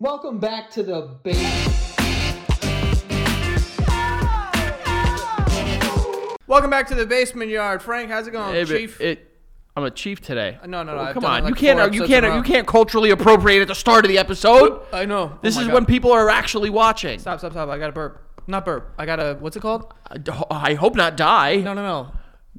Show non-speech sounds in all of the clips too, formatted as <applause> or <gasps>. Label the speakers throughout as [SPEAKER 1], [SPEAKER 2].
[SPEAKER 1] Welcome back to the base.
[SPEAKER 2] Welcome back to the basement yard, Frank. How's it going,
[SPEAKER 3] Hey, but
[SPEAKER 2] Chief?
[SPEAKER 3] it- I'm a chief today.
[SPEAKER 2] Uh, no, no, no,
[SPEAKER 3] Oh,
[SPEAKER 2] I've
[SPEAKER 3] come
[SPEAKER 2] done it
[SPEAKER 3] on,
[SPEAKER 2] like
[SPEAKER 3] you can't,
[SPEAKER 2] four
[SPEAKER 3] uh, you
[SPEAKER 2] episodes in
[SPEAKER 3] can't,
[SPEAKER 2] a
[SPEAKER 3] uh,
[SPEAKER 2] row.
[SPEAKER 3] you can't culturally appropriate at the start of the episode.
[SPEAKER 2] I know.
[SPEAKER 3] This
[SPEAKER 2] Oh my
[SPEAKER 3] is
[SPEAKER 2] God.
[SPEAKER 3] when people are actually watching.
[SPEAKER 2] Stop, stop, stop! I got a burp. Not burp. I got a what's it called?
[SPEAKER 3] I d- I hope not die.
[SPEAKER 2] No, no, no.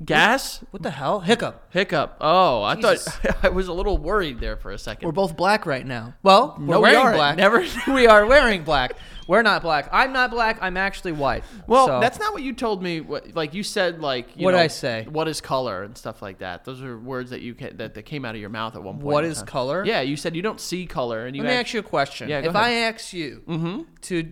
[SPEAKER 3] Gas
[SPEAKER 2] What the hell? Hiccup.
[SPEAKER 3] hiccup. Oh, I
[SPEAKER 2] Jesus.
[SPEAKER 3] thought <laughs> I was a little worried there for a second.
[SPEAKER 2] We're both black right now. Well, we're
[SPEAKER 3] No, we
[SPEAKER 2] wearing
[SPEAKER 3] aren't.
[SPEAKER 2] black.
[SPEAKER 3] Never-
[SPEAKER 2] <laughs> we are wearing black. We're not black. I'm not black. I'm actually white.
[SPEAKER 3] well,
[SPEAKER 2] So-
[SPEAKER 3] that's not what you told me. What, like you said, like you
[SPEAKER 2] What did
[SPEAKER 3] know,
[SPEAKER 2] I say?
[SPEAKER 3] What is color and stuff like that. Those are words that you ca- that, that came out of your mouth at one point.
[SPEAKER 2] What
[SPEAKER 3] in
[SPEAKER 2] is
[SPEAKER 3] time.
[SPEAKER 2] color?
[SPEAKER 3] Yeah, you said you don't see color, and you
[SPEAKER 2] Let me
[SPEAKER 3] act-
[SPEAKER 2] ask you a question.
[SPEAKER 3] Yeah, go
[SPEAKER 2] if
[SPEAKER 3] ahead.
[SPEAKER 2] I ask you to,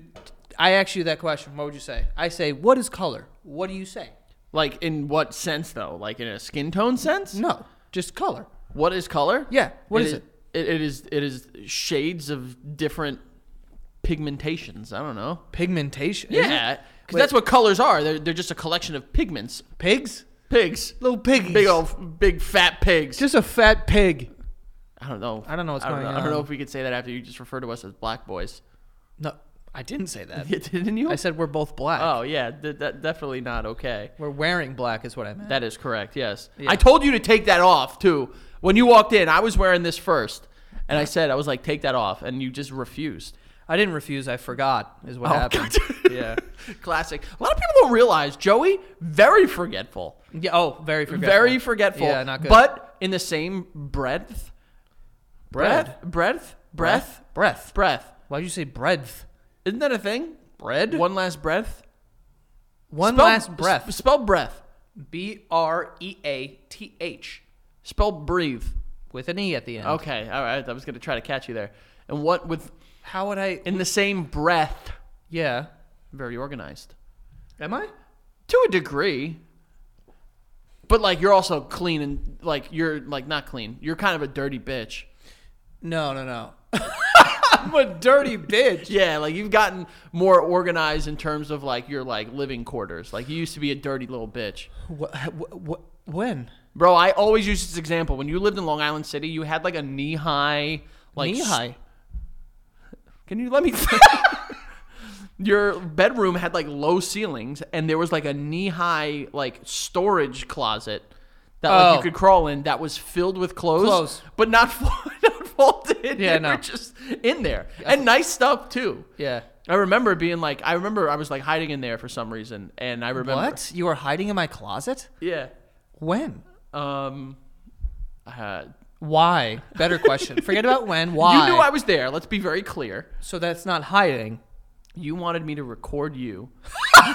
[SPEAKER 2] I ask you that question. What would you say? I say, what is color? What do you say?
[SPEAKER 3] like in what sense though? Like in a skin tone sense?
[SPEAKER 2] No, just color.
[SPEAKER 3] What is color?
[SPEAKER 2] Yeah, what is it?
[SPEAKER 3] it? It is it is shades of different pigmentations. I don't know.
[SPEAKER 2] Pigmentation. is it?
[SPEAKER 3] Yeah, because that's what colors are. They're they're just a collection of pigments.
[SPEAKER 2] Pigs.
[SPEAKER 3] Pigs,
[SPEAKER 2] Little piggies.
[SPEAKER 3] big old big fat pigs.
[SPEAKER 2] Just a fat pig.
[SPEAKER 3] I don't know.
[SPEAKER 2] I don't know what's
[SPEAKER 3] I
[SPEAKER 2] going
[SPEAKER 3] I don't know
[SPEAKER 2] on.
[SPEAKER 3] if we could say that after you just refer to us as black boys.
[SPEAKER 2] No, I <laughs> didn't say <laughs> that.
[SPEAKER 3] Didn't you?
[SPEAKER 2] I said we're both black.
[SPEAKER 3] oh yeah, th- that definitely not okay.
[SPEAKER 2] We're wearing black is what I meant.
[SPEAKER 3] That is correct. Yes,
[SPEAKER 2] Yeah.
[SPEAKER 3] I told you to take that off too. When you walked in, I was wearing this first, and I said I was like, take that off, and you just refused.
[SPEAKER 2] I didn't refuse. I forgot is what
[SPEAKER 3] Oh,
[SPEAKER 2] happened.
[SPEAKER 3] God. <laughs>
[SPEAKER 2] Yeah.
[SPEAKER 3] Classic. A lot of people don't realize Joey very forgetful,
[SPEAKER 2] Yeah. Oh, very forgetful.
[SPEAKER 3] very forgetful.
[SPEAKER 2] Yeah, not good.
[SPEAKER 3] But in the same breadth,
[SPEAKER 2] Bread.
[SPEAKER 3] breadth, breadth, breath,
[SPEAKER 2] breath.
[SPEAKER 3] breath.
[SPEAKER 2] Why'd you say breadth?
[SPEAKER 3] Isn't that a thing?
[SPEAKER 2] Bread.
[SPEAKER 3] One last breath.
[SPEAKER 2] One
[SPEAKER 3] Spell-
[SPEAKER 2] last breath.
[SPEAKER 3] s- spell breath.
[SPEAKER 2] B R E A T H
[SPEAKER 3] Spell breathe.
[SPEAKER 2] with an e at the end.
[SPEAKER 3] Okay. All right. I was gonna try to catch you there. And what with
[SPEAKER 2] How would I?
[SPEAKER 3] in the same breath?
[SPEAKER 2] Yeah.
[SPEAKER 3] Very organized.
[SPEAKER 2] Am I?
[SPEAKER 3] to a degree but like you're also clean and like you're like not clean you're kind of a dirty bitch
[SPEAKER 2] No, no, no. <laughs> I'm a dirty bitch.
[SPEAKER 3] yeah like you've gotten more organized in terms of like your like living quarters like you used to be a dirty little bitch
[SPEAKER 2] What, what, what, when?
[SPEAKER 3] bro i always use this example when you lived in long island city you had like a knee-high like
[SPEAKER 2] Knee high.
[SPEAKER 3] can you let me your bedroom had like low ceilings and there was like a knee-high like storage closet that like,
[SPEAKER 2] Oh.
[SPEAKER 3] you could crawl in that was filled with clothes,
[SPEAKER 2] Clothes.
[SPEAKER 3] but not, <laughs> fo- not folded
[SPEAKER 2] Yeah,
[SPEAKER 3] They
[SPEAKER 2] no.
[SPEAKER 3] were just in there and nice stuff too
[SPEAKER 2] Yeah.
[SPEAKER 3] i remember being like i remember i was like hiding in there for some reason and i remember
[SPEAKER 2] What? You were hiding in my closet?
[SPEAKER 3] yeah
[SPEAKER 2] When?
[SPEAKER 3] um uh,
[SPEAKER 2] Why? Better question. Forget about when. Why?
[SPEAKER 3] <laughs> you knew i was there let's be very clear
[SPEAKER 2] so that's not hiding.
[SPEAKER 3] you wanted me to record you
[SPEAKER 2] Why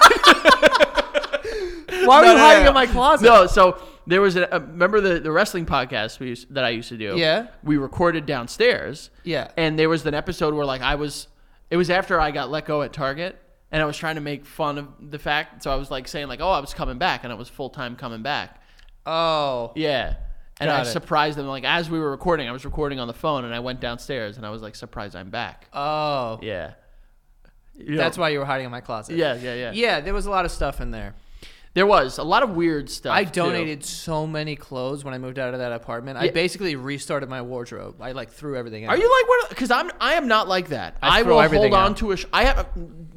[SPEAKER 2] were you
[SPEAKER 3] <laughs> no,
[SPEAKER 2] hiding
[SPEAKER 3] no, no.
[SPEAKER 2] in my closet?
[SPEAKER 3] No, so there was a, uh, remember the, the wrestling podcast we used, that I used to do.
[SPEAKER 2] Yeah.
[SPEAKER 3] we recorded downstairs.
[SPEAKER 2] Yeah.
[SPEAKER 3] and there was an episode where like I was, it was after I got let go at Target, and I was trying to make fun of the fact. So I was like saying like, oh, I was coming back, and I was full time coming back.
[SPEAKER 2] Oh.
[SPEAKER 3] Yeah. And
[SPEAKER 2] Got
[SPEAKER 3] I
[SPEAKER 2] it.
[SPEAKER 3] surprised them like as we were recording, I was recording on the phone and I went downstairs and I was like surprised I'm back.
[SPEAKER 2] Oh.
[SPEAKER 3] yeah. You
[SPEAKER 2] That's
[SPEAKER 3] know,
[SPEAKER 2] why you were hiding in my closet.
[SPEAKER 3] Yeah, yeah, yeah.
[SPEAKER 2] Yeah, there was a lot of stuff in there.
[SPEAKER 3] There was a lot of weird stuff.
[SPEAKER 2] I
[SPEAKER 3] too.
[SPEAKER 2] donated so many clothes when I moved out of that apartment. I
[SPEAKER 3] Yeah.
[SPEAKER 2] basically restarted my wardrobe. I like threw everything out.
[SPEAKER 3] Are you like one? Because I'm. I am not like that.
[SPEAKER 2] I
[SPEAKER 3] I,
[SPEAKER 2] throw
[SPEAKER 3] will
[SPEAKER 2] everything
[SPEAKER 3] hold on
[SPEAKER 2] out.
[SPEAKER 3] to a. Sh- I have uh,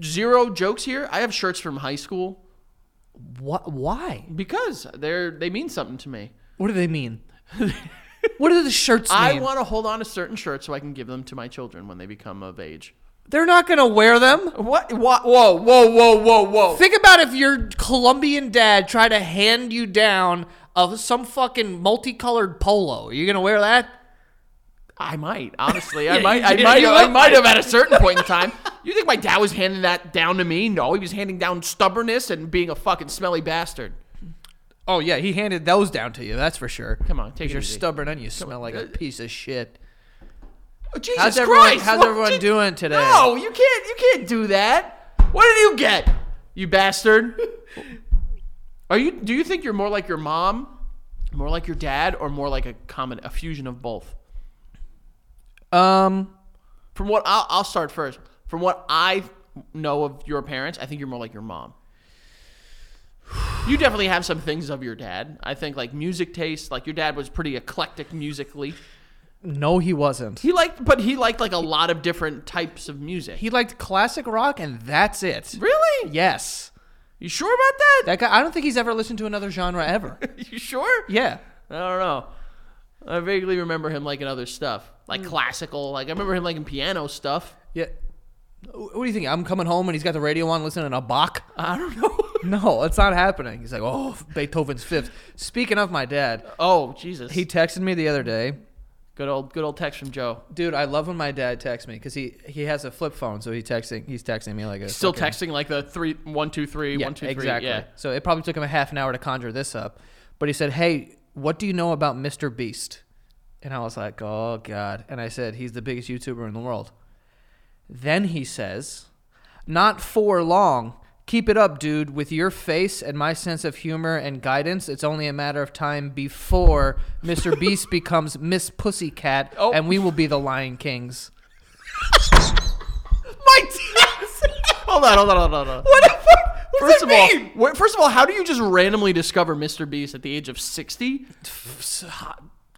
[SPEAKER 3] zero jokes here. I have shirts from high school
[SPEAKER 2] What? Why?
[SPEAKER 3] because they're they mean something to me.
[SPEAKER 2] What do they mean? <laughs> what do the shirts mean?
[SPEAKER 3] I want to hold on to certain shirts so I can give them to my children when they become of age.
[SPEAKER 2] They're not gonna wear them.
[SPEAKER 3] What? what whoa! Whoa! Whoa! Whoa! Whoa!
[SPEAKER 2] Think about if your Colombian dad tried to hand you down of some fucking multicolored polo. Are you gonna wear that?
[SPEAKER 3] I might honestly. I
[SPEAKER 2] Yeah,
[SPEAKER 3] might.
[SPEAKER 2] you
[SPEAKER 3] I
[SPEAKER 2] did.
[SPEAKER 3] might.
[SPEAKER 2] You
[SPEAKER 3] Have, I
[SPEAKER 2] look
[SPEAKER 3] might have
[SPEAKER 2] <laughs>
[SPEAKER 3] at a certain point in time. You think my dad was handing that down to me? No, he was handing down stubbornness and being a fucking smelly bastard.
[SPEAKER 2] Oh yeah, he handed those down to you. That's for sure.
[SPEAKER 3] Come on, take it
[SPEAKER 2] you're
[SPEAKER 3] easy. Uh,
[SPEAKER 2] stubborn and you smell like a piece of shit.
[SPEAKER 3] Oh, Jesus
[SPEAKER 2] How's everyone-
[SPEAKER 3] Christ!
[SPEAKER 2] how's
[SPEAKER 3] What
[SPEAKER 2] everyone
[SPEAKER 3] did-
[SPEAKER 2] doing today?
[SPEAKER 3] No, you can't. You can't do that. What did you get, you bastard? <laughs> Are you? Do you think you're more like your mom, more like your dad, or more like a common a fusion of both?
[SPEAKER 2] Um,
[SPEAKER 3] From what I'll, I'll start first. From what I know of your parents, I think you're more like your mom. You definitely have some things of your dad. I think like music taste. Like your dad was pretty eclectic musically.
[SPEAKER 2] No, he wasn't.
[SPEAKER 3] He liked, but he liked like a lot of different types of music.
[SPEAKER 2] He liked classic rock, and that's it.
[SPEAKER 3] really?
[SPEAKER 2] Yes.
[SPEAKER 3] You sure about that?
[SPEAKER 2] That guy, I don't think he's ever listened to another genre <laughs> ever.
[SPEAKER 3] <laughs> you sure?
[SPEAKER 2] yeah.
[SPEAKER 3] I don't know. I vaguely remember him liking other stuff, like classical. Like I remember him liking piano stuff.
[SPEAKER 2] Yeah. What do you think? I'm coming home and he's got the radio on listening to Bach?
[SPEAKER 3] I don't know.
[SPEAKER 2] <laughs> No, it's not happening. He's like, oh, Beethoven's fifth. Speaking of my dad,
[SPEAKER 3] <laughs> oh Jesus!
[SPEAKER 2] he texted me the other day.
[SPEAKER 3] good old good old text from Joe.
[SPEAKER 2] Dude, I love when my dad texts me because he, he has a flip phone, so he texting he's texting me like a
[SPEAKER 3] Still
[SPEAKER 2] fucking-
[SPEAKER 3] texting like the three one two three
[SPEAKER 2] yeah,
[SPEAKER 3] one two three.
[SPEAKER 2] exactly.
[SPEAKER 3] <laughs> Yeah.
[SPEAKER 2] So it probably took him a half an hour to conjure this up, but he said, "Hey, what do you know about Mr. Beast?" And I was like, "Oh God!" And I said, "He's the biggest YouTuber in the world." Then he says, "Not for long. Keep it up, dude. With your face and my sense of humor and guidance, it's only a matter of time before
[SPEAKER 3] <laughs>
[SPEAKER 2] Mr. Beast becomes Miss Pussycat,
[SPEAKER 3] Oh.
[SPEAKER 2] and we will be the Lion Kings."
[SPEAKER 3] My text. <laughs> hold on, hold on, hold on, hold on.
[SPEAKER 2] What the fuck?
[SPEAKER 3] First of all, wh- first of all, how do you just randomly discover Mr. Beast at the age of sixty?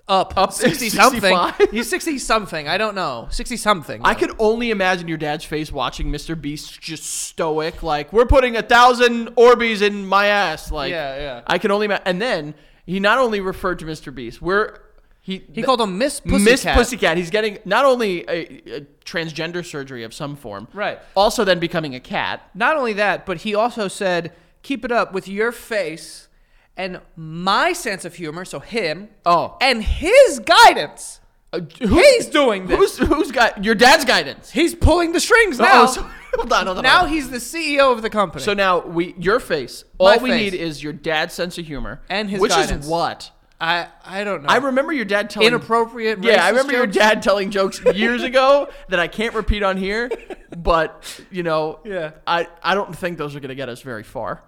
[SPEAKER 2] up,
[SPEAKER 3] Up
[SPEAKER 2] 60 something.
[SPEAKER 3] 65.
[SPEAKER 2] He's 60 something. I don't know. 60 something.
[SPEAKER 3] I could only imagine your dad's face watching Mr. Beast just stoic, like, we're putting a thousand Orbeez in my ass. Like,
[SPEAKER 2] Yeah, yeah.
[SPEAKER 3] I can only, ma- and then he not only referred to Mr. Beast, we're, he,
[SPEAKER 2] He called him Miss Pussycat.
[SPEAKER 3] Miss Pussycat. He's getting not only a, a transgender surgery of some form,
[SPEAKER 2] Right.
[SPEAKER 3] Also, then becoming a cat.
[SPEAKER 2] Not only that, but he also said, keep it up with your face and my sense of humor, so him,
[SPEAKER 3] Oh.
[SPEAKER 2] and his guidance.
[SPEAKER 3] Uh, who-
[SPEAKER 2] He's doing this.
[SPEAKER 3] Who's who's got your dad's guidance?
[SPEAKER 2] He's pulling the strings now.
[SPEAKER 3] Oh, so, <laughs> hold on, hold
[SPEAKER 2] <laughs>
[SPEAKER 3] on.
[SPEAKER 2] now
[SPEAKER 3] hold on.
[SPEAKER 2] he's the CEO of the company.
[SPEAKER 3] so now we your face. All
[SPEAKER 2] My
[SPEAKER 3] we
[SPEAKER 2] face.
[SPEAKER 3] need is your dad's sense of humor
[SPEAKER 2] And his
[SPEAKER 3] which
[SPEAKER 2] guidance.
[SPEAKER 3] is what
[SPEAKER 2] I, I don't know.
[SPEAKER 3] I remember your dad telling
[SPEAKER 2] Inappropriate
[SPEAKER 3] Yeah, I
[SPEAKER 2] racist
[SPEAKER 3] remember your
[SPEAKER 2] jokes?
[SPEAKER 3] dad
[SPEAKER 2] <laughs>
[SPEAKER 3] telling jokes years ago that I can't repeat on here, but you know,
[SPEAKER 2] Yeah.
[SPEAKER 3] I I don't think those are going to get us very far.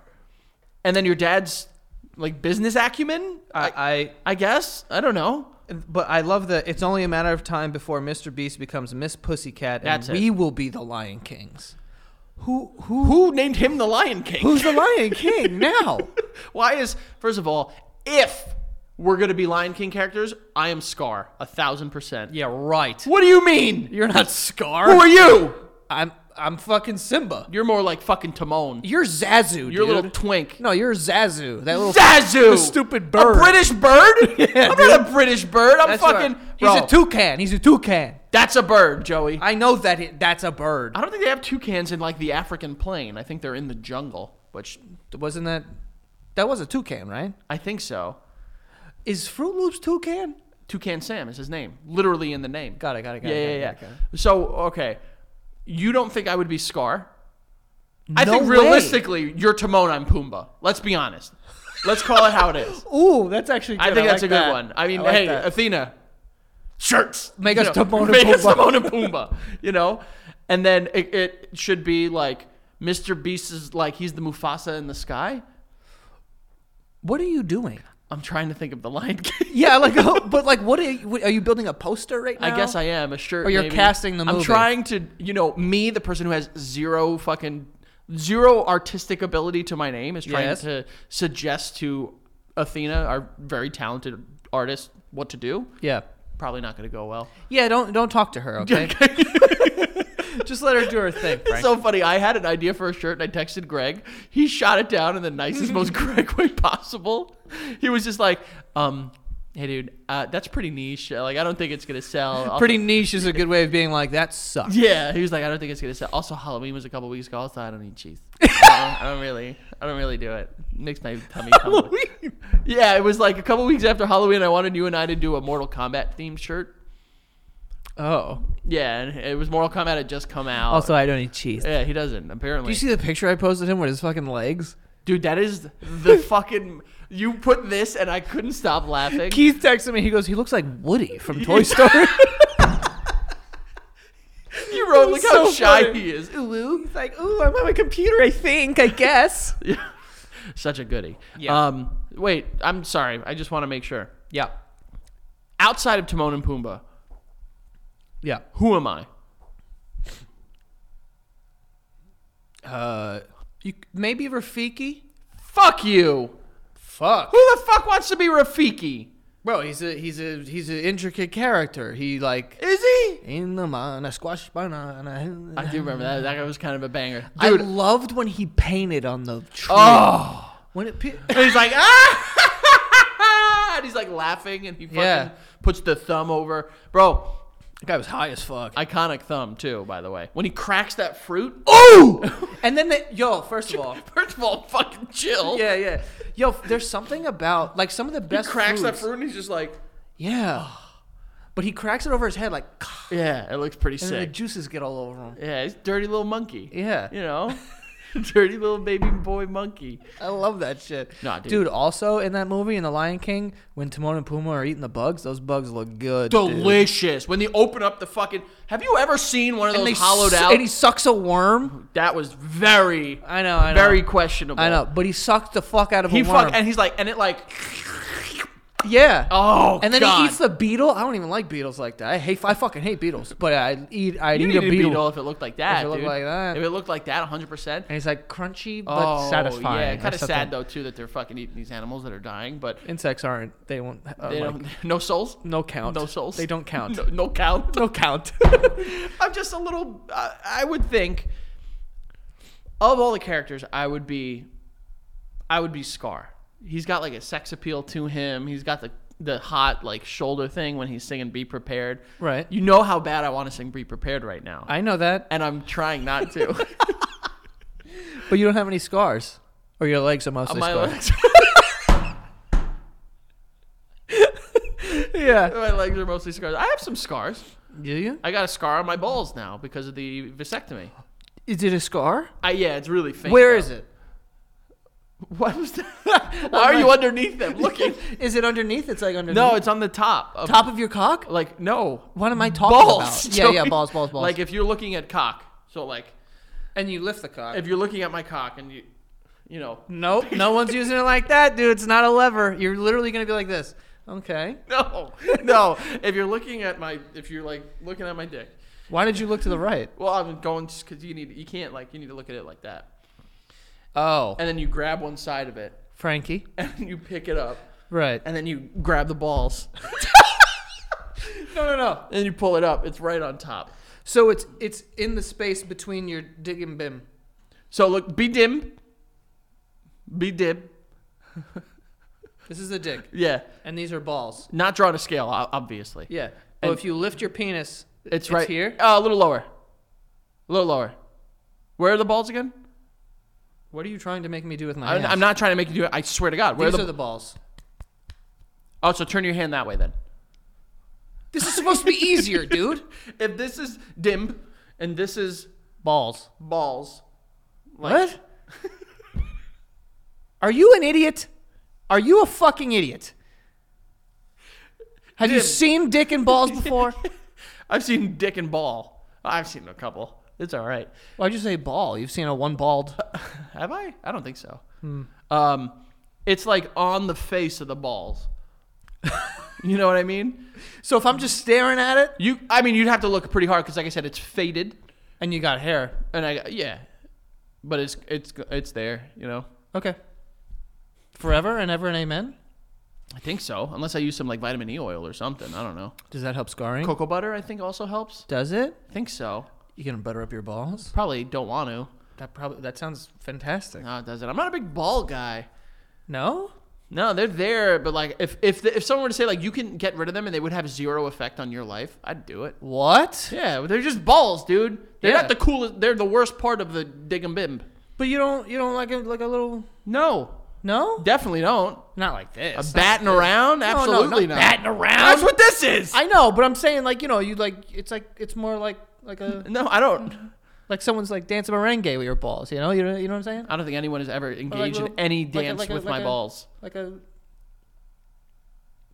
[SPEAKER 3] And then your dad's like business acumen, I, I,
[SPEAKER 2] I,
[SPEAKER 3] guess. I don't know.
[SPEAKER 2] I but I love the it's only a matter of time before Mr. Beast becomes Miss Pussycat and
[SPEAKER 3] That's it.
[SPEAKER 2] we will be the Lion Kings. Who who
[SPEAKER 3] Who named him the Lion King?
[SPEAKER 2] Who's the Lion King now?
[SPEAKER 3] <laughs> Why is first of all, if we're going to be Lion King characters, I am Scar a thousand percent.
[SPEAKER 2] Yeah, right.
[SPEAKER 3] <laughs> What do you mean?
[SPEAKER 2] You're not Scar.
[SPEAKER 3] Who are you?
[SPEAKER 2] I'm I'm fucking Simba.
[SPEAKER 3] You're more like fucking Timon.
[SPEAKER 2] You're Zazu.
[SPEAKER 3] You're a
[SPEAKER 2] dude.
[SPEAKER 3] little twink.
[SPEAKER 2] No, you're Zazu. That little
[SPEAKER 3] Zazu,
[SPEAKER 2] the stupid bird.
[SPEAKER 3] a British bird.
[SPEAKER 2] <laughs>
[SPEAKER 3] I'm not a British bird. I'm
[SPEAKER 2] That's
[SPEAKER 3] fucking.
[SPEAKER 2] right. He's
[SPEAKER 3] Bro,
[SPEAKER 2] a toucan. He's a toucan.
[SPEAKER 3] That's a bird, Joey. I,
[SPEAKER 2] I know that it, that's a bird.
[SPEAKER 3] don't think they have toucans in like the African plain. I think they're in the jungle, which
[SPEAKER 2] Wasn't that that was a toucan, right?
[SPEAKER 3] I think so.
[SPEAKER 2] Is Fruit Loops toucan?
[SPEAKER 3] Toucan Sam is his name, literally in the name.
[SPEAKER 2] Got it. Got it. Got
[SPEAKER 3] yeah,
[SPEAKER 2] it. got
[SPEAKER 3] yeah,
[SPEAKER 2] it,
[SPEAKER 3] yeah.
[SPEAKER 2] got it, got it.
[SPEAKER 3] So okay, you don't think I would be Scar? I
[SPEAKER 2] No
[SPEAKER 3] think
[SPEAKER 2] way.
[SPEAKER 3] realistically, you're Timon. I'm Pumbaa. Let's be honest. Let's call it how it is.
[SPEAKER 2] Ooh, that's actually.
[SPEAKER 3] I
[SPEAKER 2] good.
[SPEAKER 3] think that's
[SPEAKER 2] like
[SPEAKER 3] a good
[SPEAKER 2] that.
[SPEAKER 3] one. I mean,
[SPEAKER 2] like
[SPEAKER 3] hey,
[SPEAKER 2] that.
[SPEAKER 3] Athena, shirts.
[SPEAKER 2] Make
[SPEAKER 3] you
[SPEAKER 2] us Timon and
[SPEAKER 3] make us
[SPEAKER 2] Pumbaa.
[SPEAKER 3] Timon
[SPEAKER 2] <laughs>
[SPEAKER 3] and Pumbaa. You know, and then it, it should be like Mr. Beast is like he's the Mufasa in the sky.
[SPEAKER 2] what are you doing?
[SPEAKER 3] I'm trying to think of the Lion King.
[SPEAKER 2] <laughs> Yeah, like, oh, but like, what are you, what- are you building a poster right now?
[SPEAKER 3] I guess I am a shirt.
[SPEAKER 2] Or you're
[SPEAKER 3] maybe.
[SPEAKER 2] casting the
[SPEAKER 3] I'm
[SPEAKER 2] movie.
[SPEAKER 3] trying to, you know, me, the person who has zero fucking zero artistic ability to my name, is trying
[SPEAKER 2] Yes.
[SPEAKER 3] to suggest to Athena, our very talented artist, what to do.
[SPEAKER 2] Yeah.
[SPEAKER 3] Probably not going to go well.
[SPEAKER 2] Yeah. Don't don't talk to her. <laughs> Okay.
[SPEAKER 3] <laughs>
[SPEAKER 2] Just let her do her thing, Frank.
[SPEAKER 3] It's so funny. I had an idea for a shirt and I texted Greg. He shot it down in the
[SPEAKER 2] <laughs>
[SPEAKER 3] nicest, most Greg way possible. He was just like, um, hey, dude, uh, that's pretty niche. Uh, Like, I don't think it's going to sell. Also-
[SPEAKER 2] Pretty niche is a good way of being like that sucks. <laughs>
[SPEAKER 3] Yeah. He was like, I don't think it's going to sell. Also, Halloween was a couple weeks ago, so I don't
[SPEAKER 2] <laughs>
[SPEAKER 3] eat cheese. I, don't, I don't really, I don't really do it. Makes my tummy tumble. Yeah, it was like a couple weeks after Halloween. I wanted you and I to do a Mortal Kombat themed shirt.
[SPEAKER 2] Oh.
[SPEAKER 3] Yeah, and it was Mortal Kombat had just come out.
[SPEAKER 2] Also, I don't eat cheese. Do
[SPEAKER 3] yeah, he doesn't apparently.
[SPEAKER 2] you see the picture I posted him with his fucking legs?
[SPEAKER 3] Dude, that is
[SPEAKER 2] <laughs>
[SPEAKER 3] the fucking. You put this, and I couldn't stop laughing.
[SPEAKER 2] Keith texted me. He goes, he looks like Woody <laughs> from Toy Story.
[SPEAKER 3] you wrote, look how
[SPEAKER 2] so
[SPEAKER 3] shy
[SPEAKER 2] funny.
[SPEAKER 3] he is.
[SPEAKER 2] ooh, he's like, ooh, I'm on my computer. I think. I guess.
[SPEAKER 3] Such a goodie.
[SPEAKER 2] Yeah.
[SPEAKER 3] Um, wait, I'm sorry. I just want to make sure.
[SPEAKER 2] <laughs> yeah.
[SPEAKER 3] Outside of Timon and Pumbaa,
[SPEAKER 2] Yeah.
[SPEAKER 3] who am I?
[SPEAKER 2] Uh, you maybe Rafiki.
[SPEAKER 3] Fuck you.
[SPEAKER 2] Fuck.
[SPEAKER 3] Who the fuck wants to be Rafiki?
[SPEAKER 2] Bro, he's a he's a he's an intricate character. He like
[SPEAKER 3] Is he?
[SPEAKER 2] in the mana squash banana.
[SPEAKER 3] I do remember that. That guy was kind of a banger.
[SPEAKER 2] I
[SPEAKER 3] Dude.
[SPEAKER 2] loved when he painted on the tree.
[SPEAKER 3] oh.
[SPEAKER 2] When it <laughs> pe-
[SPEAKER 3] And he's like, <laughs> ah! and he's like laughing and he fucking
[SPEAKER 2] Yeah.
[SPEAKER 3] puts the thumb over. Bro,
[SPEAKER 2] the guy was high as fuck.
[SPEAKER 3] iconic thumb too, by the way. When he cracks that fruit, <laughs>
[SPEAKER 2] oh, and then the yo. First of <laughs> all,
[SPEAKER 3] first of all, fucking chill.
[SPEAKER 2] yeah, yeah, yo. There's something about like some of the best
[SPEAKER 3] cracks that
[SPEAKER 2] foods-
[SPEAKER 3] fruit and he's just like,
[SPEAKER 2] Yeah, but he cracks it over his head like, and
[SPEAKER 3] yeah, it looks pretty
[SPEAKER 2] then the
[SPEAKER 3] sick.
[SPEAKER 2] juices get all over him.
[SPEAKER 3] Yeah, he's a dirty little monkey.
[SPEAKER 2] Yeah. <laughs>
[SPEAKER 3] You know? <laughs> dirty little baby boy monkey.
[SPEAKER 2] I love that shit.
[SPEAKER 3] Nah, dude.
[SPEAKER 2] Also in that movie in The Lion King, when Timon and Pumbaa are eating the bugs, those bugs look good. dude.
[SPEAKER 3] Delicious. When they open up the fucking. Have you ever seen one of
[SPEAKER 2] And
[SPEAKER 3] those
[SPEAKER 2] they
[SPEAKER 3] hollowed
[SPEAKER 2] su-
[SPEAKER 3] out?
[SPEAKER 2] and he sucks a worm.
[SPEAKER 3] That was very,
[SPEAKER 2] I know, I know,
[SPEAKER 3] very questionable.
[SPEAKER 2] I know, but he sucked the fuck out of
[SPEAKER 3] He
[SPEAKER 2] a worm.
[SPEAKER 3] fuck and he's like, and it like,
[SPEAKER 2] yeah.
[SPEAKER 3] oh,
[SPEAKER 2] And then
[SPEAKER 3] God.
[SPEAKER 2] he eats the beetle. I don't even like beetles like that. I hate. I fucking hate beetles. But I eat. I
[SPEAKER 3] You
[SPEAKER 2] eat
[SPEAKER 3] need
[SPEAKER 2] a
[SPEAKER 3] a beetle.
[SPEAKER 2] beetle.
[SPEAKER 3] if it looked like that.
[SPEAKER 2] If it looked
[SPEAKER 3] dude.
[SPEAKER 2] like that.
[SPEAKER 3] If it looked like that, 100. percent
[SPEAKER 2] And it's like crunchy but
[SPEAKER 3] Oh,
[SPEAKER 2] satisfying.
[SPEAKER 3] yeah.
[SPEAKER 2] or
[SPEAKER 3] Kind of
[SPEAKER 2] something.
[SPEAKER 3] sad though too that they're fucking eating these animals that are dying, but
[SPEAKER 2] Insects aren't. They won't. Uh,
[SPEAKER 3] they
[SPEAKER 2] like,
[SPEAKER 3] don't. <laughs> No souls.
[SPEAKER 2] <laughs> no count.
[SPEAKER 3] No souls.
[SPEAKER 2] They don't count.
[SPEAKER 3] <laughs> No,
[SPEAKER 2] No,
[SPEAKER 3] <laughs> no count.
[SPEAKER 2] <laughs> count.
[SPEAKER 3] I'm just a little. Uh, I would think of all the characters, I would be, I would be Scar. He's got like a sex appeal to him. He's got the the hot like shoulder thing when he's singing "Be Prepared."
[SPEAKER 2] Right.
[SPEAKER 3] You know how bad I want to sing "Be Prepared" right now,
[SPEAKER 2] I know that,
[SPEAKER 3] and I'm trying not
[SPEAKER 2] <laughs>
[SPEAKER 3] to.
[SPEAKER 2] but you don't have any scars, or your legs are mostly
[SPEAKER 3] my
[SPEAKER 2] scarred.
[SPEAKER 3] legs, <laughs>
[SPEAKER 2] yeah.
[SPEAKER 3] my legs are mostly scars. I have some scars.
[SPEAKER 2] Do you?
[SPEAKER 3] I got a scar on my balls now because of the vasectomy.
[SPEAKER 2] Is it a scar?
[SPEAKER 3] I, yeah, it's really faint.
[SPEAKER 2] Where is it?
[SPEAKER 3] What
[SPEAKER 2] <laughs>
[SPEAKER 3] was that? Why are you underneath them looking?
[SPEAKER 2] Is it underneath? It's like underneath.
[SPEAKER 3] No, it's on the top. Of,
[SPEAKER 2] top of your cock.
[SPEAKER 3] Like no
[SPEAKER 2] What am I talking
[SPEAKER 3] balls. <laughs>
[SPEAKER 2] about? Yeah, yeah,
[SPEAKER 3] Joey.
[SPEAKER 2] balls, balls, balls.
[SPEAKER 3] Like if you're looking at cock, so like
[SPEAKER 2] and you lift the cock.
[SPEAKER 3] if you're looking at my cock and you, you know, <laughs>
[SPEAKER 2] Nope, no one's using it like that, dude. It's not a lever. You're literally gonna be like this. Okay.
[SPEAKER 3] no, no. If you're looking at my, if you're like looking at my dick,
[SPEAKER 2] Why did you look to the right?
[SPEAKER 3] well, I'm going just because you need, you can't like, you need to look at it like that,
[SPEAKER 2] Oh,
[SPEAKER 3] and then you grab one side of it <laughs>
[SPEAKER 2] Frankie.
[SPEAKER 3] and you pick it up.
[SPEAKER 2] Right.
[SPEAKER 3] and then you grab the balls <laughs>
[SPEAKER 2] No, no, no.
[SPEAKER 3] and you pull it up. It's right on top.
[SPEAKER 2] So it's it's in the space between your dig and bim.
[SPEAKER 3] So look, be dim, be dim.
[SPEAKER 2] This is the dick,
[SPEAKER 3] Yeah,
[SPEAKER 2] and these are balls.
[SPEAKER 3] not drawn to scale, o- obviously.
[SPEAKER 2] Yeah. Well,
[SPEAKER 3] And-
[SPEAKER 2] if you lift your penis,
[SPEAKER 3] It's right
[SPEAKER 2] here.
[SPEAKER 3] Uh, a little lower, a little lower. Where are the balls again?
[SPEAKER 2] What are you trying to make me do with my
[SPEAKER 3] I'm,
[SPEAKER 2] hands?
[SPEAKER 3] I'm not trying to make you do it. I swear to God. Where
[SPEAKER 2] These
[SPEAKER 3] are the,
[SPEAKER 2] are the balls.
[SPEAKER 3] oh? So turn your hand that way then.
[SPEAKER 2] This is supposed to be easier, <laughs> dude.
[SPEAKER 3] If this is dim and this is
[SPEAKER 2] Balls.
[SPEAKER 3] balls,
[SPEAKER 2] What? Are you an idiot? Are you a fucking idiot? Have you
[SPEAKER 3] Jim.
[SPEAKER 2] seen dick and <laughs> balls before?
[SPEAKER 3] <laughs> I've seen dick and ball. I've seen a couple. It's all right.
[SPEAKER 2] Why'd you say ball? You've seen a one balled.
[SPEAKER 3] Have I? I don't think so. Um, it's like on the face of the balls. you know what I mean?
[SPEAKER 2] So if I'm just staring at it
[SPEAKER 3] You, I mean, you'd have to look pretty hard because, like I said, it's faded,
[SPEAKER 2] and you got hair,
[SPEAKER 3] and I yeah, but it's it's it's there. You know,
[SPEAKER 2] okay. Forever and ever and amen.
[SPEAKER 3] I think so. Unless I use some like vitamin E oil or something. I don't know.
[SPEAKER 2] Does that help scarring?
[SPEAKER 3] Cocoa butter, I think, also helps.
[SPEAKER 2] Does it?
[SPEAKER 3] I think so.
[SPEAKER 2] You gonna butter up your balls?
[SPEAKER 3] Probably don't want to.
[SPEAKER 2] That probably that sounds fantastic.
[SPEAKER 3] No, it doesn't. I'm not a big ball guy.
[SPEAKER 2] No?
[SPEAKER 3] No, they're there, but like if if the, if someone were to say like you can get rid of them and they would have zero effect on your life, I'd do it.
[SPEAKER 2] What?
[SPEAKER 3] Yeah, but they're just balls, dude. They're
[SPEAKER 2] Yeah.
[SPEAKER 3] not the coolest. They're the worst part of the dig and bimb.
[SPEAKER 2] But you don't you don't like a like a little
[SPEAKER 3] No,
[SPEAKER 2] no?
[SPEAKER 3] definitely don't.
[SPEAKER 2] Not like this.
[SPEAKER 3] batting around?
[SPEAKER 2] no,
[SPEAKER 3] Absolutely
[SPEAKER 2] not
[SPEAKER 3] not.
[SPEAKER 2] batting around.
[SPEAKER 3] That's what this is.
[SPEAKER 2] I know, but I'm saying like you know you like it's like it's more like like a
[SPEAKER 3] no, I don't.
[SPEAKER 2] like someone's like dancing merengue with your balls. You know you know, you know what I'm saying?
[SPEAKER 3] I don't think anyone has ever engaged
[SPEAKER 2] little-
[SPEAKER 3] in any
[SPEAKER 2] like a-
[SPEAKER 3] dance
[SPEAKER 2] like a-
[SPEAKER 3] with
[SPEAKER 2] like
[SPEAKER 3] my
[SPEAKER 2] a-
[SPEAKER 3] balls.
[SPEAKER 2] Like a something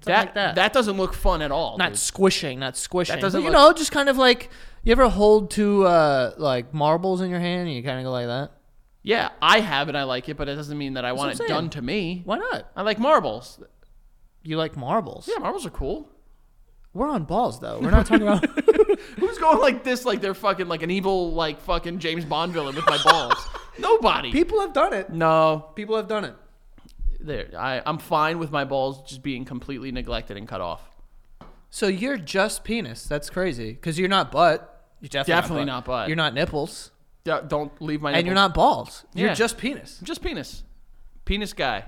[SPEAKER 3] That,
[SPEAKER 2] like that.
[SPEAKER 3] doesn't look fun at all.
[SPEAKER 2] not
[SPEAKER 3] dude.
[SPEAKER 2] squishing, not squishing.
[SPEAKER 3] doesn't
[SPEAKER 2] but, you
[SPEAKER 3] look-
[SPEAKER 2] know, just kind of like you ever hold two uh, like marbles in your hand and you kind of go like that.
[SPEAKER 3] yeah, I have it. I like it, but it doesn't mean that I
[SPEAKER 2] what
[SPEAKER 3] want it
[SPEAKER 2] I'm saying.
[SPEAKER 3] done to me.
[SPEAKER 2] Why not?
[SPEAKER 3] I like marbles.
[SPEAKER 2] You like marbles?
[SPEAKER 3] Yeah, marbles are cool.
[SPEAKER 2] We're on balls though. We're not talking about. <laughs>
[SPEAKER 3] Who's going like this? Like they're fucking like an evil like
[SPEAKER 2] <laughs>
[SPEAKER 3] fucking James Bond villain with my balls. Nobody.
[SPEAKER 2] People have done it.
[SPEAKER 3] no,
[SPEAKER 2] People have done it.
[SPEAKER 3] there, I, I'm fine with my balls just being completely neglected and cut off.
[SPEAKER 2] So you're just penis. That's crazy because you're not butt. You're definitely,
[SPEAKER 3] Definitely not butt.
[SPEAKER 2] You're not nipples,
[SPEAKER 3] Yeah, Don't leave my.
[SPEAKER 2] and you're
[SPEAKER 3] nipples-
[SPEAKER 2] not balls.
[SPEAKER 3] Yeah.
[SPEAKER 2] You're just penis.
[SPEAKER 3] just penis, penis guy.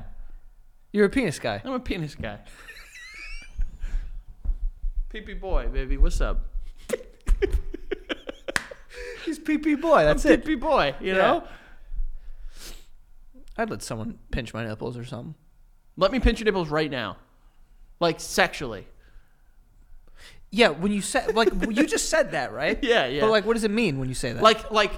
[SPEAKER 2] You're a penis guy.
[SPEAKER 3] <laughs> I'm a
[SPEAKER 2] <laughs>
[SPEAKER 3] penis guy. Pee pee boy, baby, what's up?
[SPEAKER 2] He's pee pee boy. That's
[SPEAKER 3] Pee pee boy, you
[SPEAKER 2] Yeah.
[SPEAKER 3] know.
[SPEAKER 2] I'd let someone pinch my nipples or something.
[SPEAKER 3] Let me pinch your nipples right now, like sexually.
[SPEAKER 2] Yeah, when you said like you just said that, right?
[SPEAKER 3] <laughs> Yeah, yeah.
[SPEAKER 2] But like, what does it mean when you say that?
[SPEAKER 3] Like, like,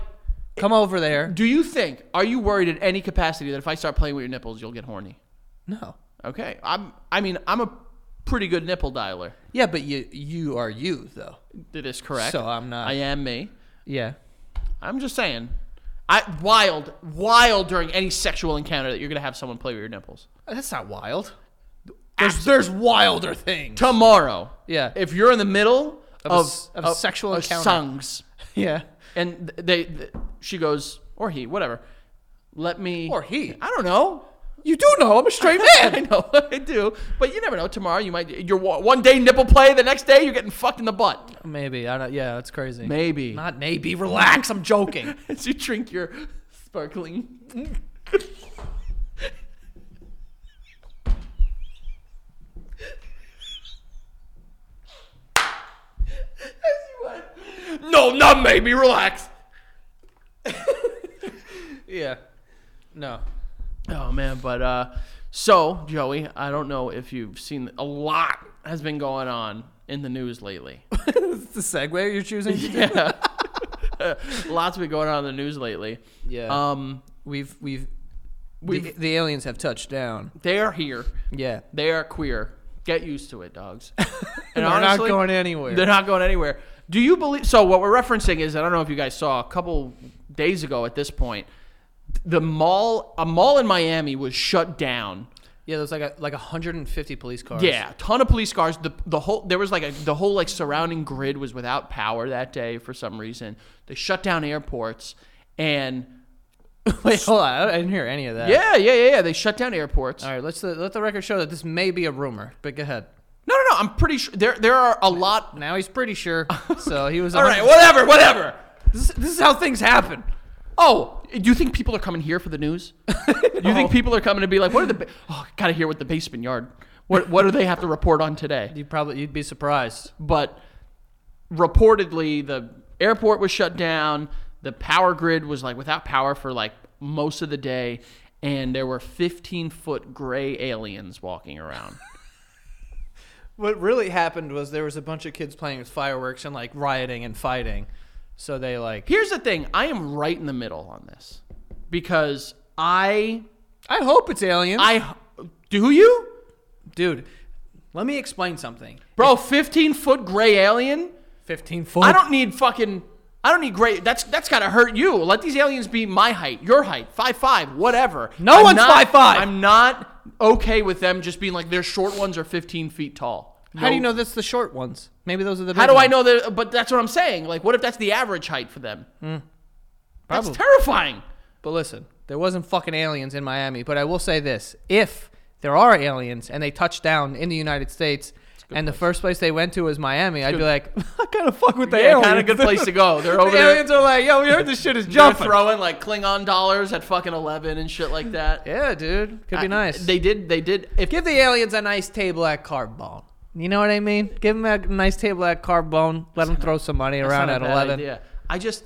[SPEAKER 2] come over there.
[SPEAKER 3] do you think? Are you worried in any capacity that if I start playing with your nipples, you'll get horny?
[SPEAKER 2] No.
[SPEAKER 3] Okay, I'm. I mean, I'm a pretty good nipple dialer.
[SPEAKER 2] Yeah, but you you are you though.
[SPEAKER 3] That is correct.
[SPEAKER 2] So I'm not.
[SPEAKER 3] I am me.
[SPEAKER 2] yeah.
[SPEAKER 3] I'm just saying. I wild, wild during any sexual encounter that you're gonna have someone play with your nipples.
[SPEAKER 2] That's not wild.
[SPEAKER 3] There's, there's
[SPEAKER 2] Wilder things.
[SPEAKER 3] tomorrow.
[SPEAKER 2] Yeah.
[SPEAKER 3] If you're in the middle
[SPEAKER 2] Of
[SPEAKER 3] of
[SPEAKER 2] a s- of a sexual encounter.
[SPEAKER 3] songs,
[SPEAKER 2] yeah.
[SPEAKER 3] and they, th she goes or he, whatever. Let me
[SPEAKER 2] Or he.
[SPEAKER 3] I don't know.
[SPEAKER 2] You do know I'm a straight
[SPEAKER 3] <laughs>
[SPEAKER 2] <laughs>
[SPEAKER 3] I know I do, but you never know. Tomorrow you might your wa- one day nipple play, the next day you're getting fucked in the butt.
[SPEAKER 2] Maybe. I don't. Yeah, that's crazy.
[SPEAKER 3] Maybe
[SPEAKER 2] Not maybe. Relax. I'm <laughs> joking.
[SPEAKER 3] <laughs> as you drink your sparkling. As you went, no, not maybe. <laughs> Relax.
[SPEAKER 2] yeah. No.
[SPEAKER 3] Oh man, but uh, so Joey, I don't know if you've seen a lot has been going on in the news lately.
[SPEAKER 2] It's the segue you're choosing.
[SPEAKER 3] Yeah, <laughs> lots been going on in the news lately.
[SPEAKER 2] Yeah.
[SPEAKER 3] Um,
[SPEAKER 2] <laughs> we've we've.
[SPEAKER 3] We've-
[SPEAKER 2] the, the aliens have touched down.
[SPEAKER 3] they are here.
[SPEAKER 2] <laughs> Yeah.
[SPEAKER 3] They are queer. Get used to
[SPEAKER 2] <laughs>
[SPEAKER 3] it, dogs. And
[SPEAKER 2] They're
[SPEAKER 3] honestly,
[SPEAKER 2] not going anywhere.
[SPEAKER 3] They're not going anywhere. Do you believe? So what we're referencing is I don't know if you guys saw a couple days ago. At this point, the mall, a mall in Miami, was shut down
[SPEAKER 2] Yeah, there's like a like 150 police cars.
[SPEAKER 3] Yeah, ton of police cars. The the whole there was like a the whole like surrounding grid was without power that day for some reason. They shut down airports and
[SPEAKER 2] <laughs> Wait, hold on. I didn't hear any of that.
[SPEAKER 3] yeah, yeah, yeah, yeah. They shut down airports.
[SPEAKER 2] All right, let's uh, let the record show that this may be a rumor, but go ahead.
[SPEAKER 3] No, no, no. I'm pretty sure there there are a lot.
[SPEAKER 2] Now he's pretty <laughs> sure, so he was.
[SPEAKER 3] All right, whatever, whatever.
[SPEAKER 2] This, this is how things happen.
[SPEAKER 3] Oh, do you think people are coming here for the <laughs> news? You think people are coming to be like, what are the? Ba- oh, gotta hear what the basement yard. What what do they have to report on today?
[SPEAKER 2] You probably you'd be surprised.
[SPEAKER 3] but reportedly the airport was shut down the power grid was like without power for like most of the day and there were 15 foot gray aliens walking around
[SPEAKER 2] What really happened was there was a bunch of kids playing with fireworks and like rioting and fighting, so they like.
[SPEAKER 3] here's the thing i am right in the middle on this because i
[SPEAKER 2] I hope it's aliens,
[SPEAKER 3] i do you
[SPEAKER 2] dude. Let me explain something.
[SPEAKER 3] bro 15 foot gray alien
[SPEAKER 2] 15 foot.
[SPEAKER 3] i don't need fucking i don't need gray that's that's gotta hurt you let these aliens be my height your height five five whatever
[SPEAKER 2] No one's
[SPEAKER 3] not-
[SPEAKER 2] 5'5".
[SPEAKER 3] i'm not okay with them just being like their short ones are 15 feet tall
[SPEAKER 2] How do you
[SPEAKER 3] No-
[SPEAKER 2] know that's the short ones? Maybe those are the.
[SPEAKER 3] how
[SPEAKER 2] big
[SPEAKER 3] do i
[SPEAKER 2] ones.
[SPEAKER 3] know that but that's what i'm saying like what if that's the average height for them that's
[SPEAKER 2] Hmm. Probably.
[SPEAKER 3] terrifying
[SPEAKER 2] But listen, there wasn't fucking aliens in Miami. But I will say this: if there are aliens and they touch down in the United States, and the first place they went to was Miami, I'd be like, <laughs> I kind of fuck with the
[SPEAKER 3] yeah,
[SPEAKER 2] aliens.
[SPEAKER 3] kind of good place to
[SPEAKER 2] <laughs>
[SPEAKER 3] go they're
[SPEAKER 2] the
[SPEAKER 3] over there
[SPEAKER 2] aliens are like, yo, we heard this shit is
[SPEAKER 3] <laughs> they're
[SPEAKER 2] jumping.
[SPEAKER 3] throwing like klingon dollars at fucking 11 and shit like that
[SPEAKER 2] Yeah, dude, could be
[SPEAKER 3] I-
[SPEAKER 2] nice.
[SPEAKER 3] they did they did if
[SPEAKER 2] Give the aliens a nice table at Carbone. You know what I mean? Give them a nice table at Carbone. Let them throw some money around at
[SPEAKER 3] That's not a bad
[SPEAKER 2] eleven.
[SPEAKER 3] idea. I just,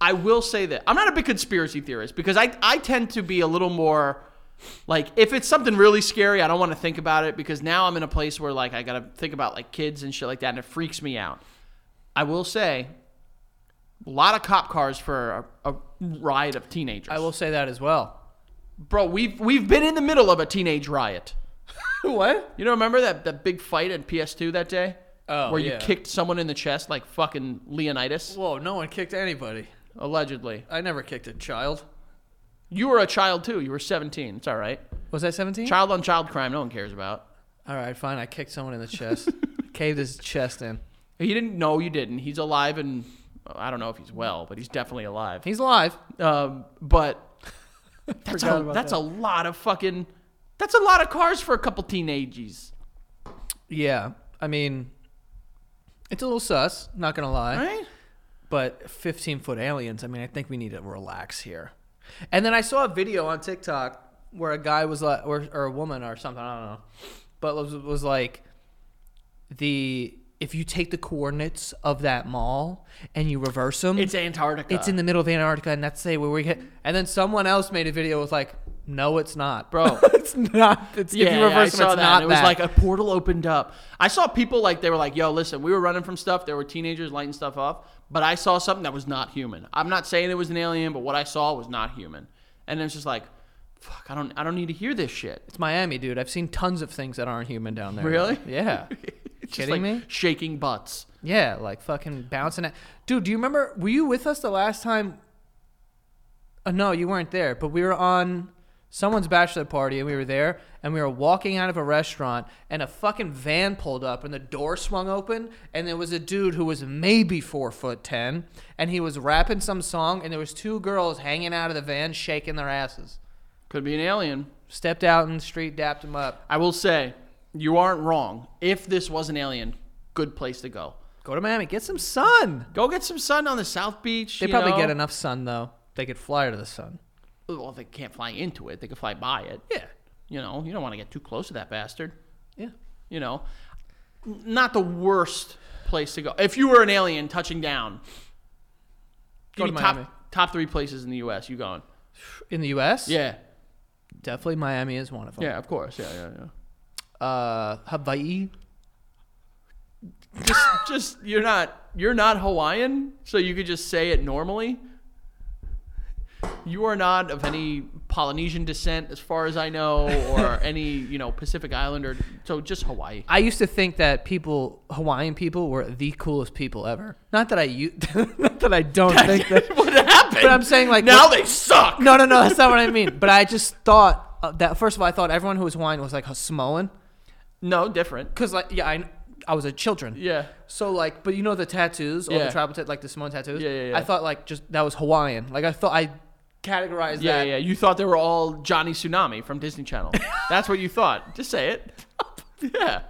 [SPEAKER 3] I will say that I'm not a big conspiracy theorist because I I tend to be a little more like if it's something really scary, I don't want to think about it because now I'm in a place where like I gotta think about like kids and shit like that, and it freaks me out. I will say, a lot of cop cars for a, a riot of teenagers.
[SPEAKER 2] I will say that as well.
[SPEAKER 3] bro. We've we've been in the middle of a teenage riot.
[SPEAKER 2] <laughs> what?
[SPEAKER 3] You don't remember that that big fight at PS2 that day?
[SPEAKER 2] Oh,
[SPEAKER 3] where
[SPEAKER 2] yeah.
[SPEAKER 3] you kicked someone in the chest like fucking Leonidas,
[SPEAKER 2] Whoa! No one kicked anybody.
[SPEAKER 3] allegedly.
[SPEAKER 2] I never kicked a child.
[SPEAKER 3] You were a child too. You were 17. It's all right.
[SPEAKER 2] Was that seventeen?
[SPEAKER 3] Child on child crime, no one cares about.
[SPEAKER 2] All right, fine. I kicked someone in the <laughs> chest. Caved his chest in.
[SPEAKER 3] He didn't know you didn't. He's alive and I don't know if he's well, but he's definitely alive.
[SPEAKER 2] <laughs> He's alive.
[SPEAKER 3] Um, but That's
[SPEAKER 2] Forgot
[SPEAKER 3] a,
[SPEAKER 2] about
[SPEAKER 3] that's
[SPEAKER 2] that.
[SPEAKER 3] a lot of fucking. That's a lot of cars for a couple teenagers,
[SPEAKER 2] Yeah, I mean, it's a little sus. Not gonna lie.
[SPEAKER 3] right?
[SPEAKER 2] But 15 foot aliens, I mean, I think we need to relax here. And then I saw a video on TikTok where a guy was like, or, or a woman or something, I don't know, but was, was like, the if you take the coordinates of that mall and you reverse them,
[SPEAKER 3] It's Antarctica.
[SPEAKER 2] it's in the middle of Antarctica, and that's say where we get. And then someone else made a video with like, no, it's not,
[SPEAKER 3] Bro.
[SPEAKER 2] <laughs> it's not. It's,
[SPEAKER 3] yeah,
[SPEAKER 2] if you
[SPEAKER 3] yeah, I
[SPEAKER 2] reverse them,
[SPEAKER 3] saw
[SPEAKER 2] it's
[SPEAKER 3] that.
[SPEAKER 2] not
[SPEAKER 3] and it was
[SPEAKER 2] that.
[SPEAKER 3] like a portal opened up. I saw people like they were like, "Yo, listen, we were running from stuff. There were teenagers lighting stuff up, but I saw something that was not human. I'm not saying it was an alien, but what I saw was not human." And it's just like, "Fuck, I don't, I don't need to hear this shit."
[SPEAKER 2] it's Miami, dude. I've seen tons of things that aren't human down there.
[SPEAKER 3] Really?
[SPEAKER 2] <laughs> Yeah.
[SPEAKER 3] It's just
[SPEAKER 2] Kidding
[SPEAKER 3] like
[SPEAKER 2] me?
[SPEAKER 3] Shaking butts.
[SPEAKER 2] Yeah, like fucking bouncing it. Dude, do you remember? Were you with us the last time? Uh, no, you weren't there, but we were on someone's bachelor party and we were there and we were walking out of a restaurant and a fucking van pulled up and the door swung open and there was a dude who was maybe four foot ten and he was rapping some song and there was two girls hanging out of the van shaking their asses.
[SPEAKER 3] Could be an alien.
[SPEAKER 2] Stepped out in the street, dapped him up.
[SPEAKER 3] I will say, you aren't wrong. If this was an alien, good place to go.
[SPEAKER 2] Go to Miami, get some sun.
[SPEAKER 3] Go get some sun on the South Beach.
[SPEAKER 2] They
[SPEAKER 3] you
[SPEAKER 2] probably
[SPEAKER 3] know?
[SPEAKER 2] get enough sun though. They could fly to the sun.
[SPEAKER 3] Well, they can't fly into it. They could fly by it.
[SPEAKER 2] Yeah.
[SPEAKER 3] You know, you don't want to get too close to that bastard.
[SPEAKER 2] Yeah.
[SPEAKER 3] You know, N- not the worst place to go. If you were an alien touching down,
[SPEAKER 2] Go
[SPEAKER 3] give
[SPEAKER 2] to
[SPEAKER 3] me
[SPEAKER 2] Miami.
[SPEAKER 3] top, top three places in the U.S. You going?
[SPEAKER 2] In the U.S.,
[SPEAKER 3] Yeah.
[SPEAKER 2] definitely Miami is one of them.
[SPEAKER 3] Yeah, of course. Yeah, yeah, yeah.
[SPEAKER 2] Uh, Hawaii.
[SPEAKER 3] just, just you're not you're not Hawaiian, so you could just say it normally. You are not of any Polynesian descent, as far as I know, <laughs> or any you know Pacific Islander. So just Hawaii.
[SPEAKER 2] I used to think that people, Hawaiian people, were the coolest people ever. Not that I, u- <laughs> not that I don't <laughs>
[SPEAKER 3] <laughs>
[SPEAKER 2] think that.
[SPEAKER 3] what happened?
[SPEAKER 2] But I'm saying like
[SPEAKER 3] now
[SPEAKER 2] what-
[SPEAKER 3] they suck.
[SPEAKER 2] No, no, no. That's not what I mean. But I just thought uh, that first of all, I thought everyone who was Hawaiian was like Samoan,
[SPEAKER 3] No, different.
[SPEAKER 2] because like yeah, I, I was a children.
[SPEAKER 3] Yeah,
[SPEAKER 2] So like, but you know the tattoos, all
[SPEAKER 3] Yeah.
[SPEAKER 2] the tribal tat, like the Samoan tattoos.
[SPEAKER 3] Yeah, yeah, yeah.
[SPEAKER 2] I thought like just that was Hawaiian. Like I thought I categorized
[SPEAKER 3] yeah,
[SPEAKER 2] that.
[SPEAKER 3] yeah. You thought they were all Johnny Tsunami from
[SPEAKER 2] <laughs>
[SPEAKER 3] Disney Channel. That's what you thought. Just say it. yeah.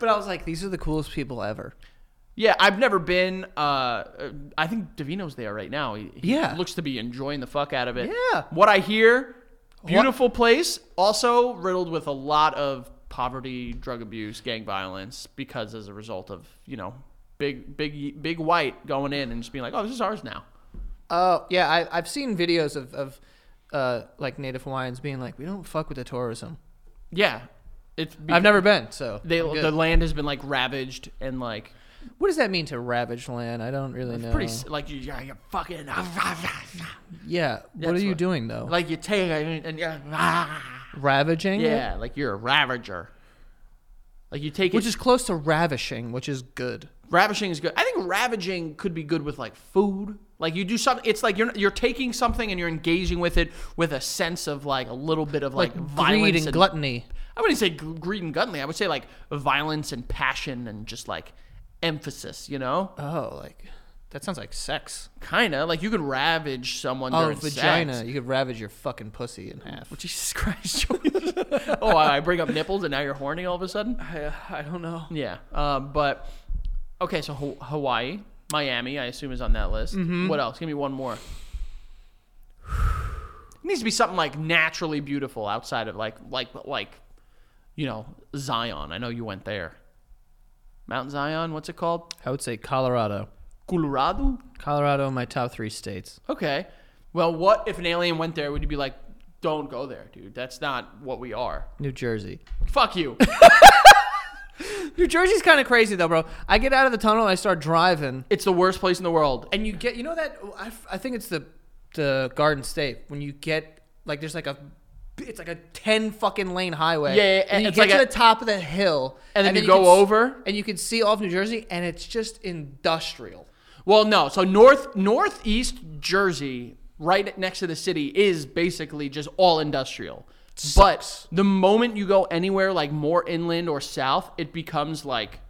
[SPEAKER 2] But I was like, these are the coolest people ever.
[SPEAKER 3] Yeah, I've never been. Uh, uh, I think Davino's there right now. He, he
[SPEAKER 2] Yeah.
[SPEAKER 3] looks to be enjoying the fuck out of it.
[SPEAKER 2] Yeah.
[SPEAKER 3] What I hear, beautiful place, also riddled with a lot of poverty, drug abuse, gang violence, because as a result of you know big, big, big white going in and just being like, oh, this is ours now.
[SPEAKER 2] Oh yeah, I, I've seen videos of, of uh, like Native Hawaiians being like, "We don't fuck with the tourism."
[SPEAKER 3] Yeah, it's. Be-
[SPEAKER 2] I've never been, so
[SPEAKER 3] They,
[SPEAKER 2] I'm good.
[SPEAKER 3] the land has been like ravaged and like
[SPEAKER 2] what does that mean to ravage land? I don't really know.
[SPEAKER 3] pretty s like you, yeah, you fucking <laughs>
[SPEAKER 2] yeah. What are
[SPEAKER 3] That's
[SPEAKER 2] you
[SPEAKER 3] what-
[SPEAKER 2] doing though?
[SPEAKER 3] like you take it and yeah. <laughs>
[SPEAKER 2] Ravaging, it?
[SPEAKER 3] Yeah, like you're a ravager. Like you take it.
[SPEAKER 2] which is close to ravishing, which is good.
[SPEAKER 3] ravishing is good. I think ravaging could be good with like food. Like you do something. It's like you're you're taking something and you're engaging with it with a sense of like a little bit of like,
[SPEAKER 2] Like,
[SPEAKER 3] violence
[SPEAKER 2] greed and, gluttony.
[SPEAKER 3] I wouldn't say g- greed and gluttony. I would say like violence and passion and just like emphasis. You know,
[SPEAKER 2] Oh, like that sounds like sex.
[SPEAKER 3] kind of like you could ravage someone.
[SPEAKER 2] Oh,
[SPEAKER 3] during
[SPEAKER 2] vagina.
[SPEAKER 3] sex.
[SPEAKER 2] You could ravage your fucking pussy in half.
[SPEAKER 3] Jesus Christ! <laughs> Joey. oh, I I bring up nipples and now you're horny all of
[SPEAKER 2] <sighs>
[SPEAKER 3] a sudden.
[SPEAKER 2] I, I don't know.
[SPEAKER 3] Yeah. Um, but okay, so Ho- Hawaii, Miami, I assume is on that list.
[SPEAKER 2] Mm-hmm.
[SPEAKER 3] What else? Give me one more. It needs to be something like naturally beautiful outside of like like like you know Zion. I know you went there. Mount Zion, what's it called?
[SPEAKER 2] I would say Colorado.
[SPEAKER 3] Colorado?
[SPEAKER 2] Colorado, my top three states.
[SPEAKER 3] Okay. Well, what if an alien went there? Would you be like, "Don't go there, dude. That's not what we are."
[SPEAKER 2] New Jersey. <laughs>
[SPEAKER 3] Fuck you.
[SPEAKER 2] New Jersey's kind of crazy though, bro. I get out of the tunnel and I start driving,
[SPEAKER 3] it's the worst place in the world.
[SPEAKER 2] and you get you know that oh, I, I think it's the the Garden State when you get like there's like a it's like a ten fucking lane highway.
[SPEAKER 3] Yeah, yeah,
[SPEAKER 2] and you
[SPEAKER 3] it's
[SPEAKER 2] get
[SPEAKER 3] like
[SPEAKER 2] to
[SPEAKER 3] a-
[SPEAKER 2] the top of the hill,
[SPEAKER 3] And then you
[SPEAKER 2] can
[SPEAKER 3] go
[SPEAKER 2] s-
[SPEAKER 3] over?
[SPEAKER 2] and you can see all of New Jersey, and it's just industrial.
[SPEAKER 3] Well, no. So north northeast Jersey, right next to the city, is basically just all industrial.
[SPEAKER 2] Sucks.
[SPEAKER 3] But the moment you go anywhere like more inland or south, it becomes like,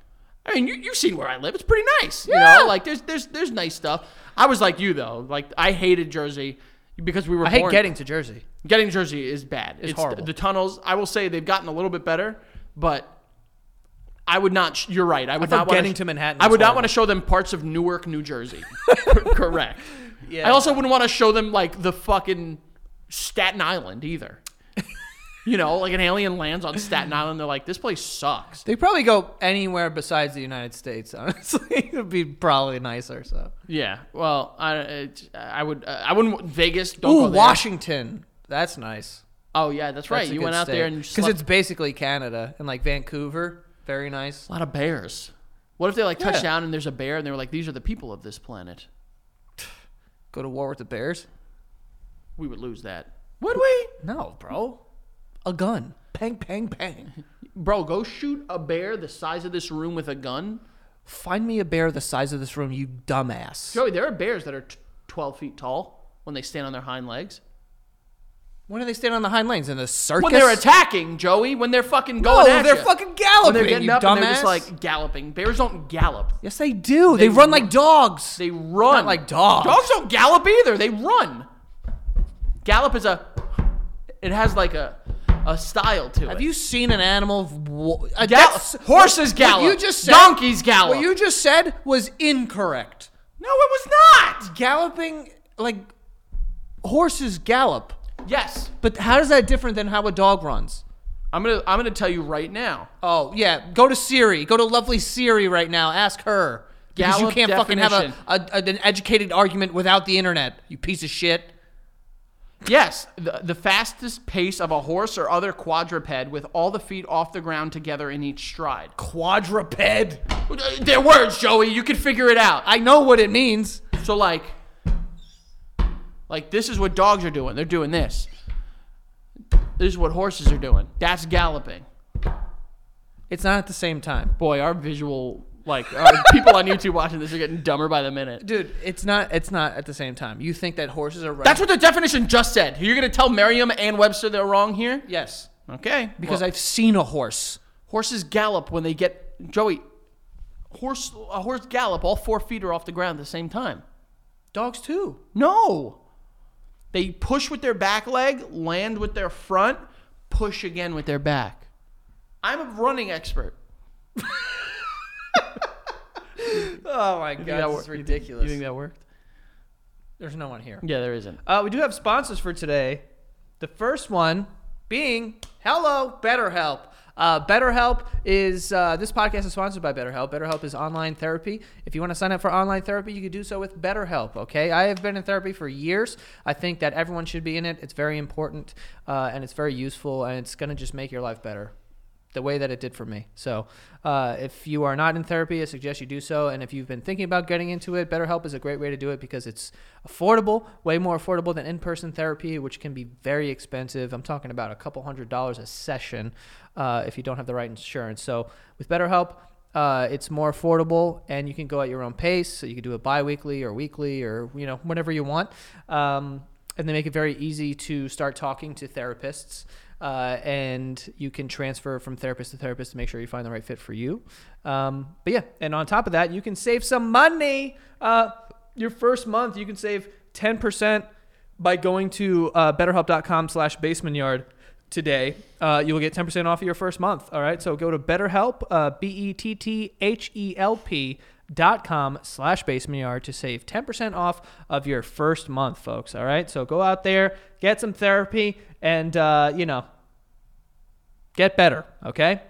[SPEAKER 3] I mean, you, you've seen where I live. It's pretty nice. You
[SPEAKER 2] Yeah.
[SPEAKER 3] know, like there's there's there's nice stuff. I was like you though. Like I hated Jersey. because we were.
[SPEAKER 2] I hate
[SPEAKER 3] born-
[SPEAKER 2] getting to Jersey.
[SPEAKER 3] Getting to Jersey is bad. It's,
[SPEAKER 2] horrible.
[SPEAKER 3] The tunnels. I will say they've gotten a little bit better, but I would not. sh- You're right. I would
[SPEAKER 2] thought
[SPEAKER 3] not want
[SPEAKER 2] getting to Manhattan
[SPEAKER 3] I
[SPEAKER 2] was
[SPEAKER 3] would not
[SPEAKER 2] horrible.
[SPEAKER 3] want to show them parts of Newark, New <laughs> Jersey. Cor- Correct.
[SPEAKER 2] Yeah.
[SPEAKER 3] I also wouldn't want to show them like the fucking Staten Island either. <laughs> you know, like an alien lands on Staten Island. They're like, this place sucks.
[SPEAKER 2] They probably go anywhere besides the United States. <laughs> Honestly, it'd be probably nicer. So,
[SPEAKER 3] Yeah. Well, I it, I would uh, I wouldn't Vegas. Don't
[SPEAKER 2] ooh,
[SPEAKER 3] go there.
[SPEAKER 2] Washington. That's nice.
[SPEAKER 3] Oh yeah, that's right. you went out there and you
[SPEAKER 2] because
[SPEAKER 3] slept
[SPEAKER 2] it's basically Canada and like Vancouver. Very nice.
[SPEAKER 3] a lot of bears. What if they like touch
[SPEAKER 2] Yeah.
[SPEAKER 3] down and there's a bear and they were like, these are the people of this planet.
[SPEAKER 2] Go to war with the Bears.
[SPEAKER 3] We would lose that. Would we?
[SPEAKER 2] No, bro. A gun. Bang, bang, bang.
[SPEAKER 3] Bro, go shoot a bear the size of this room with a gun.
[SPEAKER 2] Find me a bear the size of this room, you dumbass.
[SPEAKER 3] Joey, there are bears that are t- 12 feet tall when they stand on their hind legs.
[SPEAKER 2] When do they stand on the hind lanes in the circus?
[SPEAKER 3] When they're attacking, Joey, when they're fucking
[SPEAKER 2] No,
[SPEAKER 3] going at
[SPEAKER 2] they're
[SPEAKER 3] ya.
[SPEAKER 2] fucking
[SPEAKER 3] when
[SPEAKER 2] galloping.
[SPEAKER 3] they're getting
[SPEAKER 2] you
[SPEAKER 3] up
[SPEAKER 2] dumbass.
[SPEAKER 3] and they're just like galloping. Bears don't gallop.
[SPEAKER 2] yes, they do. They, run like dogs.
[SPEAKER 3] They run.
[SPEAKER 2] Not like dogs.
[SPEAKER 3] Dogs don't gallop either. They run. Gallop is a. It has like a, a style to it.
[SPEAKER 2] Have you seen an animal? wa- a-
[SPEAKER 3] Gal-
[SPEAKER 2] that's-
[SPEAKER 3] horses
[SPEAKER 2] what
[SPEAKER 3] gallop.
[SPEAKER 2] you just said,
[SPEAKER 3] Donkeys gallop.
[SPEAKER 2] What you just said was incorrect.
[SPEAKER 3] No, it was
[SPEAKER 2] Galloping like horses gallop,
[SPEAKER 3] not. Yes,
[SPEAKER 2] but how is that different than how a dog runs?
[SPEAKER 3] I'm gonna. I'm gonna tell you right now.
[SPEAKER 2] Oh yeah, go to Siri. Go to lovely Siri right now. Ask her. Because you
[SPEAKER 3] Gallop
[SPEAKER 2] can't fucking
[SPEAKER 3] definition.
[SPEAKER 2] have a, a, an educated argument without the internet. You piece of shit.
[SPEAKER 3] Yes, the, the fastest pace of a horse or other quadruped with all the feet off the ground together in each stride.
[SPEAKER 2] Quadruped.
[SPEAKER 3] They're words, Joey. You can figure it out.
[SPEAKER 2] I know what it means.
[SPEAKER 3] So like, like this is what dogs are doing. They're doing this. This is what horses are doing. That's galloping.
[SPEAKER 2] It's not at the same time.
[SPEAKER 3] Boy, our visual like our people on YouTube watching this are getting dumber by the minute.
[SPEAKER 2] Dude, it's not it's not at the same time. You think that horses are running
[SPEAKER 3] That's what the definition just said. You're gonna tell Merriam and Webster they're wrong here?
[SPEAKER 2] Yes.
[SPEAKER 3] Okay.
[SPEAKER 2] Because
[SPEAKER 3] Because
[SPEAKER 2] I've seen a horse.
[SPEAKER 3] horses gallop when they get Joey. Horse a horse gallop. All four feet are off the ground at the same time.
[SPEAKER 2] Dogs too.
[SPEAKER 3] No. They push with their back leg, land with their front, push again with their back. I'm a running expert.
[SPEAKER 2] Oh my god,
[SPEAKER 3] that wor-
[SPEAKER 2] ridiculous.
[SPEAKER 3] You think that worked?
[SPEAKER 2] There's no one here.
[SPEAKER 3] Yeah, there isn't. <laughs>
[SPEAKER 2] Uh, we do have sponsors for today. The first one being Hello BetterHelp. Uh, BetterHelp is uh, this podcast is sponsored by BetterHelp. BetterHelp is online therapy. If you want to sign up for online therapy, you can do so with BetterHelp. Okay, I have been in therapy for years. I think that everyone should be in it. It's very important uh, and it's very useful, and it's going to just make your life better the way that it did for me. So, uh, if you are not in therapy, I suggest you do so. And if you've been thinking about getting into it, BetterHelp is a great way to do it because it's affordable, way more affordable than in person therapy, which can be very expensive. I'm talking about a couple hundred dollars a session uh, if you don't have the right insurance. So, with BetterHelp, uh, it's more affordable and you can go at your own pace. So you can do it bi-weekly or weekly or, you know, whatever you want. Um, and they make it very easy to start talking to therapists. Uh, and you can transfer from therapist to therapist to make sure you find the right fit for you. Um, but yeah, and on top of that, you can save some money. Uh, your first month, you can save 10% by going to uh, betterhelp.com slash basementyard today uh, you will get 10% off of your first month all right so go to betterhelp uh, b-e-t-t-h-e-l-p E dot com slash basementyard to save 10% off of your first month folks all right so go out there get some therapy and uh, you know get better okay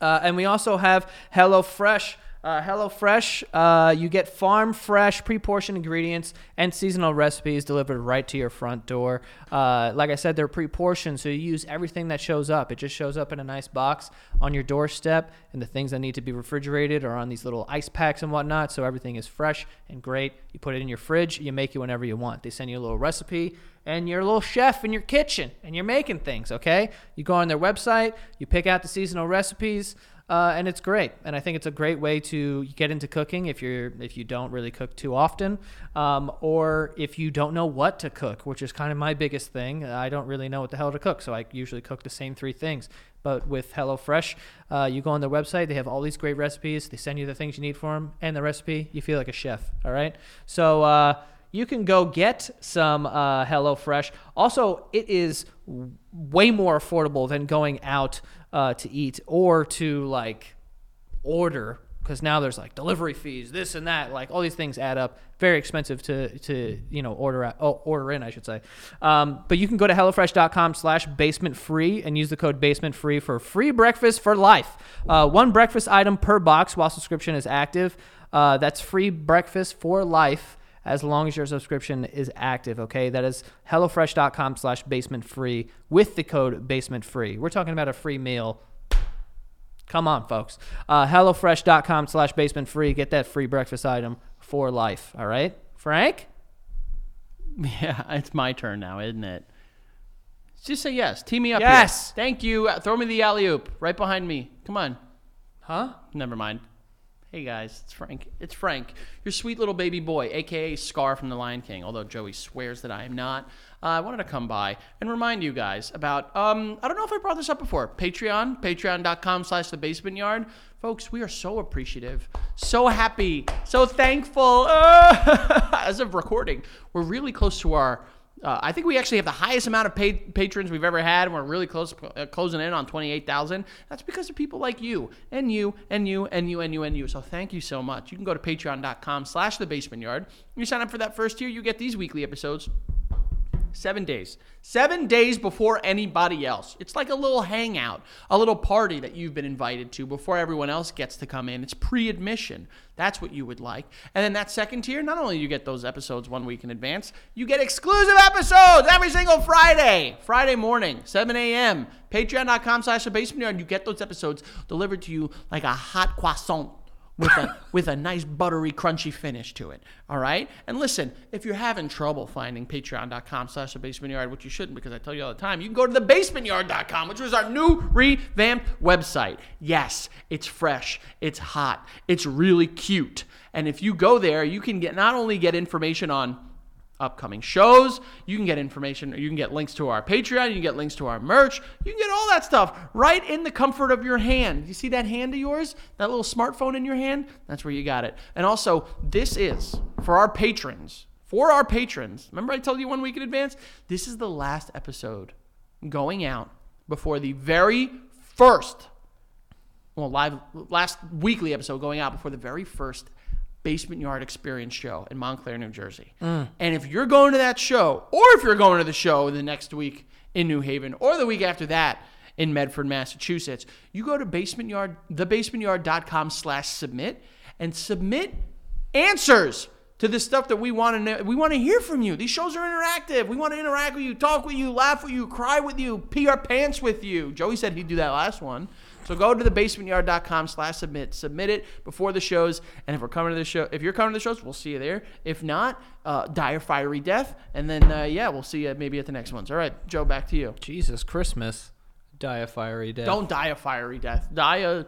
[SPEAKER 2] uh, and we also have HelloFresh. Uh, HelloFresh, uh, you get farm fresh, pre portioned ingredients and seasonal recipes delivered right to your front door. Uh, like I said, they're pre portioned, so you use everything that shows up. It just shows up in a nice box on your doorstep, and the things that need to be refrigerated are on these little ice packs and whatnot, so everything is fresh and great. You put it in your fridge, you make it whenever you want. They send you a little recipe and you're a little chef in your kitchen and you're making things, okay? You go on their website, you pick out the seasonal recipes, uh, and it's great. And I think it's a great way to get into cooking if you're if you don't really cook too often, um, or if you don't know what to cook, which is kind of my biggest thing. I don't really know what the hell to cook, so I usually cook the same three things. But with HelloFresh, uh, you go on their website. They have all these great recipes. They send you the things you need for them and the recipe. You feel like a chef. All right. So uh, you can go get some uh, HelloFresh. Also, it is w- way more affordable than going out uh, to eat or to like order because now there's like delivery fees, this and that, like all these things add up. Very expensive to to you know order out, oh, order in, I should say. Um, but you can go to hellofresh.com/slash basement free and use the code basement free for free breakfast for life. Uh, one breakfast item per box while subscription is active. Uh, that's free breakfast for life as long as your subscription is active. Okay, that is hellofresh.com/basement slash basement free with the code basement free. We're talking about a free meal Come on, folks. Uh, HelloFresh.com slash basement free. Get that free breakfast item for life. All right, Frank?
[SPEAKER 3] Yeah, it's my turn now, isn't it? Just say yes. Team me up. here.
[SPEAKER 2] Yes.
[SPEAKER 3] Thank you. Uh, Throw me the alley oop right behind me. Come on.
[SPEAKER 2] Huh?
[SPEAKER 3] Never mind. Hey guys, it's Frank. It's Frank, your sweet little baby boy, aka Scar from The Lion King. Although Joey swears that I am not, uh, I wanted to come by and remind you guys about. Um, I don't know if I brought this up before. Patreon, Patreon.com/slash The Basement Yard. Folks, we are so appreciative, so happy, so thankful. <laughs> Uh, as of recording, we're really close to our uh, I think we actually have the highest amount of paid patrons we've ever had, and we're really close uh, closing in on twenty eight thousand. That's because of people like you and you and you and you and you and you. So thank you so much. You can go to Patreon.com/slash The Basement Yard. You sign up for that first year, you get these weekly episodes. Seven days. Seven days before anybody else. It's like a little hangout, a little party that you've been invited to before everyone else gets to come in. It's pre admission. That's what you would like. And then that second tier, not only do you get those episodes one week in advance, you get exclusive episodes every single Friday, Friday morning, 7 a.m. Patreon.com slash the basement yard. You get those episodes delivered to you like a hot croissant with a with a nice buttery crunchy finish to it all right and listen if you're having trouble finding patreon.com slash the basement yard which you shouldn't because i tell you all the time you can go to the basementyard.com which was our new revamped website yes it's fresh it's hot it's really cute and if you go there you can get not only get information on upcoming shows. You can get information, you can get links to our Patreon, you can get links to our merch, you can get all that stuff right in the comfort of your hand. You see that hand of yours? That little smartphone in your hand? That's where you got it. And also, this is for our patrons. For our patrons. Remember I told you one week in advance? This is the last episode going out before the very first well, live last weekly episode going out before the very first Basement Yard Experience show in Montclair, New Jersey. And if you're going to that show, or if you're going to the show the next week in New Haven, or the week after that in Medford, Massachusetts, you go to Basement Yard, thebasementyard.com slash submit and submit answers to the stuff that we want to know. We want to hear from you. These shows are interactive. We want to interact with you, talk with you, laugh with you, cry with you, pee our pants with you. Joey said he'd do that last one. So go to thebasementyard.com slash submit. Submit it before the shows. And if we're coming to the show, if you're coming to the shows, we'll see you there. If not, uh, dire fiery death. And then, uh, yeah, we'll see you maybe at the next ones. All right, Joe, back to you.
[SPEAKER 2] Jesus, Christmas. Die a fiery death.
[SPEAKER 3] Don't die a fiery death. Die a.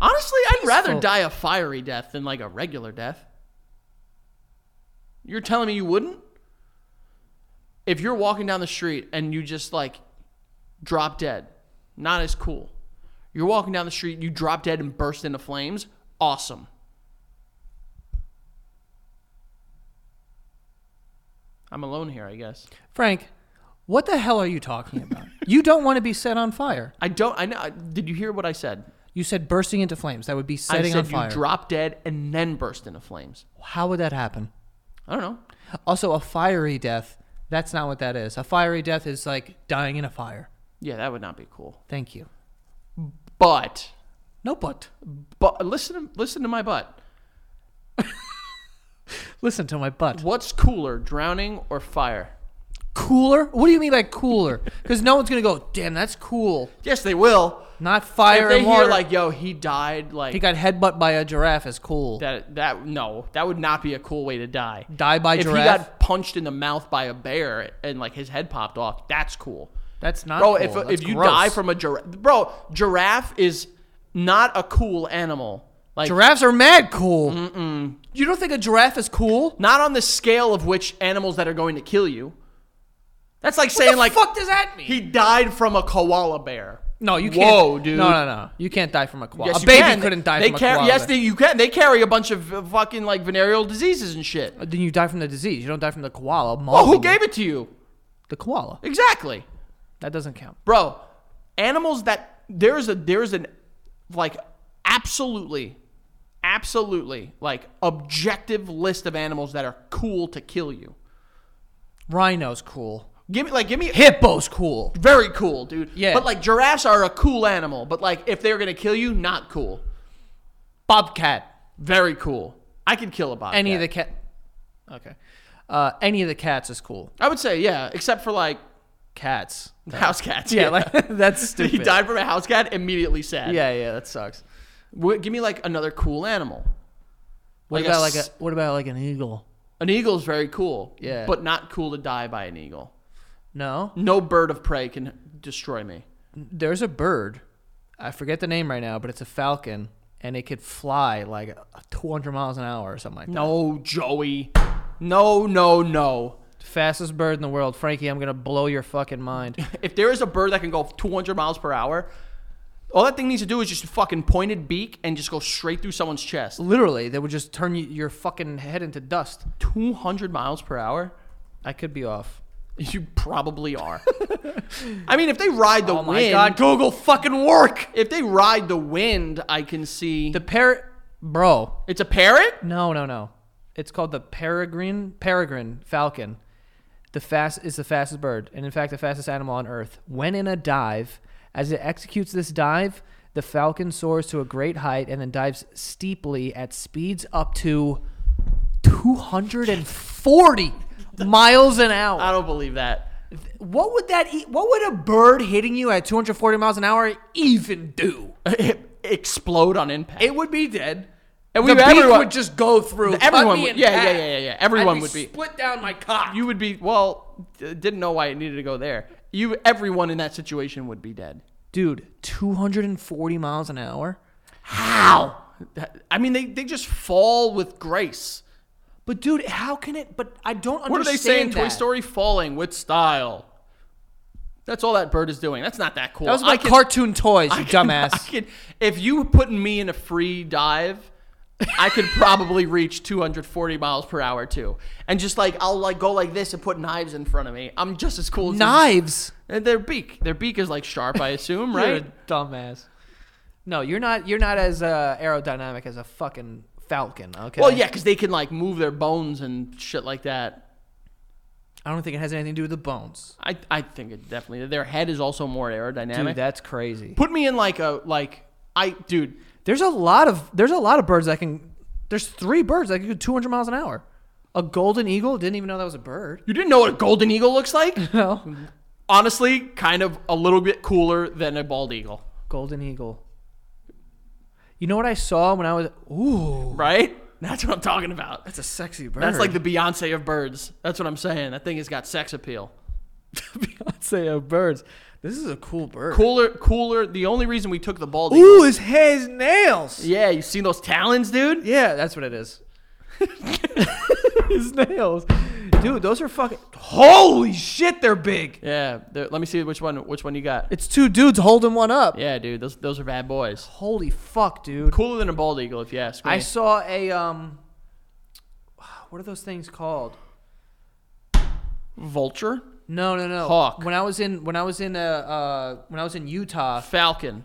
[SPEAKER 3] Honestly, I'd rather
[SPEAKER 2] Peaceful.
[SPEAKER 3] die a fiery death than like a regular death. You're telling me you wouldn't? If you're walking down the street and you just like drop dead, not as cool. You're walking down the street, you drop dead and burst into flames, awesome. I'm alone here, I guess.
[SPEAKER 2] Frank, what the hell are you talking
[SPEAKER 3] <laughs>
[SPEAKER 2] about? you don't want to be set on fire.
[SPEAKER 3] I don't. I know. I- Did you hear what I said?
[SPEAKER 2] You said bursting into flames. That would be setting
[SPEAKER 3] I said
[SPEAKER 2] on fire.
[SPEAKER 3] you drop dead and then burst into flames.
[SPEAKER 2] How would that happen?
[SPEAKER 3] I don't know.
[SPEAKER 2] Also, a fiery death. That's not what that is. A fiery death is like dying in a fire.
[SPEAKER 3] Yeah, that would not be cool.
[SPEAKER 2] Thank you.
[SPEAKER 3] But
[SPEAKER 2] No, but
[SPEAKER 3] but listen listen to my butt.
[SPEAKER 2] listen to my butt.
[SPEAKER 3] What's cooler, drowning or fire?
[SPEAKER 2] Cooler? What do you mean by cooler? Because no one's gonna go. Damn, that's cool.
[SPEAKER 3] Yes, they will.
[SPEAKER 2] Not fire
[SPEAKER 3] if they
[SPEAKER 2] and water.
[SPEAKER 3] hear like, "Yo, he died," like
[SPEAKER 2] He got headbutt by a giraffe is cool.
[SPEAKER 3] that that no, that would not be a cool way to die.
[SPEAKER 2] Die by
[SPEAKER 3] if
[SPEAKER 2] giraffe.
[SPEAKER 3] he got punched in the mouth by a bear and like his head popped off, that's cool.
[SPEAKER 2] That's not cool.
[SPEAKER 3] bro, if uh,
[SPEAKER 2] That's
[SPEAKER 3] if you
[SPEAKER 2] gross.
[SPEAKER 3] die from a giraffe, bro, giraffe is not a cool animal. Like
[SPEAKER 2] giraffes are mad cool. Mm-mm. You don't think a giraffe is cool?
[SPEAKER 3] not on the scale of which animals that are going to kill you. That's like saying
[SPEAKER 2] the
[SPEAKER 3] like
[SPEAKER 2] fuck does that mean?
[SPEAKER 3] he died from a koala bear.
[SPEAKER 2] No, you can't.
[SPEAKER 3] Whoa, dude.
[SPEAKER 2] No, no, no. You can't die from a koala.
[SPEAKER 3] Yes,
[SPEAKER 2] a
[SPEAKER 3] you
[SPEAKER 2] baby
[SPEAKER 3] can.
[SPEAKER 2] couldn't die
[SPEAKER 3] They
[SPEAKER 2] from a
[SPEAKER 3] car-
[SPEAKER 2] koala.
[SPEAKER 3] Yes, they, you can. They carry a bunch of uh, fucking like venereal diseases and shit.
[SPEAKER 2] then you die from the disease. You don't die from the koala.
[SPEAKER 3] Oh, who
[SPEAKER 2] Multiple-
[SPEAKER 3] gave it to you?
[SPEAKER 2] The koala.
[SPEAKER 3] Exactly,
[SPEAKER 2] That doesn't count.
[SPEAKER 3] bro. Animals that there's a there's an like absolutely, absolutely like objective list of animals that are cool to kill you.
[SPEAKER 2] Rhino's
[SPEAKER 3] <laughs>
[SPEAKER 2] cool.
[SPEAKER 3] Give me like give me
[SPEAKER 2] Hippo's cool.
[SPEAKER 3] very cool, dude.
[SPEAKER 2] Yeah.
[SPEAKER 3] But like giraffes are a cool animal, but like if they're gonna kill you, not cool.
[SPEAKER 2] Bobcat.
[SPEAKER 3] Very cool. I could kill a bobcat.
[SPEAKER 2] Any of the cat. Okay. Uh, any of the cats is cool.
[SPEAKER 3] I would say yeah, except for like
[SPEAKER 2] Cats.
[SPEAKER 3] house cats.
[SPEAKER 2] <laughs> Yeah, like that's stupid.
[SPEAKER 3] <laughs> he died from a house cat. Immediately sad.
[SPEAKER 2] Yeah, yeah, that sucks.
[SPEAKER 3] Wh- give me like another cool animal.
[SPEAKER 2] What
[SPEAKER 3] Like a
[SPEAKER 2] about like a
[SPEAKER 3] s-
[SPEAKER 2] what about like an eagle?
[SPEAKER 3] An eagle is very cool.
[SPEAKER 2] Yeah.
[SPEAKER 3] But not cool to die by an eagle.
[SPEAKER 2] No,
[SPEAKER 3] No bird of prey can destroy me.
[SPEAKER 2] there's a bird. I forget the name right now, but it's a falcon, and it could fly like 200 miles an hour or something like that.
[SPEAKER 3] No, Joey. No, no, no.
[SPEAKER 2] Fastest bird in the world, Frankie. I'm gonna blow your fucking <laughs> mind.
[SPEAKER 3] If there is a bird that can go 200 miles per hour, all that thing needs to do is just a fucking pointed beak and just go straight through someone's chest.
[SPEAKER 2] Literally, they would just turn you, your fucking head into dust.
[SPEAKER 3] 200 miles per hour? <laughs>
[SPEAKER 2] I could be off.
[SPEAKER 3] You probably are. <laughs> I mean, if they ride the
[SPEAKER 2] Oh my
[SPEAKER 3] wind,
[SPEAKER 2] god, Google fucking work.
[SPEAKER 3] if they ride the wind, I can see.
[SPEAKER 2] The parrot, bro.
[SPEAKER 3] it's a parrot?
[SPEAKER 2] No, no, no. It's called the peregrine peregrine falcon. The fast is the fastest bird, and in fact, the fastest animal on Earth. When in a dive, as it executes this dive, the falcon soars to a great height and then dives steeply at speeds up to 240 miles an
[SPEAKER 3] I
[SPEAKER 2] hour.
[SPEAKER 3] don't believe that.
[SPEAKER 2] What would that? E- what would a bird hitting you at 240 miles an hour even do?
[SPEAKER 3] It <laughs> explode on impact.
[SPEAKER 2] It would be dead.
[SPEAKER 3] and
[SPEAKER 2] The beak
[SPEAKER 3] everyone-
[SPEAKER 2] would just go through. cut
[SPEAKER 3] everyone
[SPEAKER 2] me
[SPEAKER 3] would-
[SPEAKER 2] in
[SPEAKER 3] yeah, yeah,
[SPEAKER 2] half.
[SPEAKER 3] yeah, yeah, yeah. Everyone
[SPEAKER 2] I'd
[SPEAKER 3] would be-
[SPEAKER 2] split down my cock.
[SPEAKER 3] you would be well. d- Didn't know why it needed to go there. You, everyone in that situation would be dead.
[SPEAKER 2] Dude, 240 miles an hour.
[SPEAKER 3] How? I mean, they, they just fall with grace.
[SPEAKER 2] But dude, how can it? But I don't understand.
[SPEAKER 3] What do they say in
[SPEAKER 2] that.
[SPEAKER 3] Toy Story? Falling with style. That's all that bird is doing. That's not that cool.
[SPEAKER 2] That was
[SPEAKER 3] I
[SPEAKER 2] my
[SPEAKER 3] can-
[SPEAKER 2] cartoon toys, you
[SPEAKER 3] <laughs> I can-
[SPEAKER 2] dumbass.
[SPEAKER 3] I can- if you put me in a free dive, I could probably reach 240 miles per hour too. And just like I'll like go like this and put knives in front of me. I'm just as cool as
[SPEAKER 2] Knives,
[SPEAKER 3] And their beak. Their beak is like sharp, I assume, right?
[SPEAKER 2] <laughs> You're a dumbass. No, you're not. You're not as uh, aerodynamic as a fucking falcon. Okay.
[SPEAKER 3] Well, yeah, because they can like move their bones and shit like that.
[SPEAKER 2] I don't think it has anything to do with the bones.
[SPEAKER 3] I I think it definitely. Their head is also more aerodynamic.
[SPEAKER 2] Dude, that's crazy.
[SPEAKER 3] Put me in like a like I dude.
[SPEAKER 2] There's a lot of there's a lot of birds that can. There's three birds that can do 200 miles an hour. A golden eagle didn't even know that was a bird.
[SPEAKER 3] You didn't know what a golden eagle looks like?
[SPEAKER 2] <laughs> No,
[SPEAKER 3] Honestly, kind of a little bit cooler than a bald eagle,
[SPEAKER 2] golden eagle. You know what I saw when I was ooh.
[SPEAKER 3] right? That's what I'm talking about.
[SPEAKER 2] That's a sexy bird.
[SPEAKER 3] That's like the Beyonce of birds. That's what I'm saying. That thing has got sex appeal.
[SPEAKER 2] <laughs> Beyonce of birds. This is a cool bird.
[SPEAKER 3] Cooler, cooler. The only reason we took the bald
[SPEAKER 2] Ooh,
[SPEAKER 3] eagle.
[SPEAKER 2] his hair's nails.
[SPEAKER 3] Yeah, you seen those talons, dude?
[SPEAKER 2] Yeah, that's what it is. <laughs> his nails, dude. Those are fucking. Holy shit, they're big.
[SPEAKER 3] Yeah. there- Let me see which one. Which one you got?
[SPEAKER 2] It's two dudes holding one up.
[SPEAKER 3] Yeah, dude. Those those are bad boys.
[SPEAKER 2] Holy fuck, dude.
[SPEAKER 3] Cooler than a bald eagle, if you ask me.
[SPEAKER 2] I saw a um. What are those things called?
[SPEAKER 3] Vulture,
[SPEAKER 2] No, no, no.
[SPEAKER 3] Hawk.
[SPEAKER 2] When I was in when I was in uh, uh when I was in Utah,
[SPEAKER 3] falcon,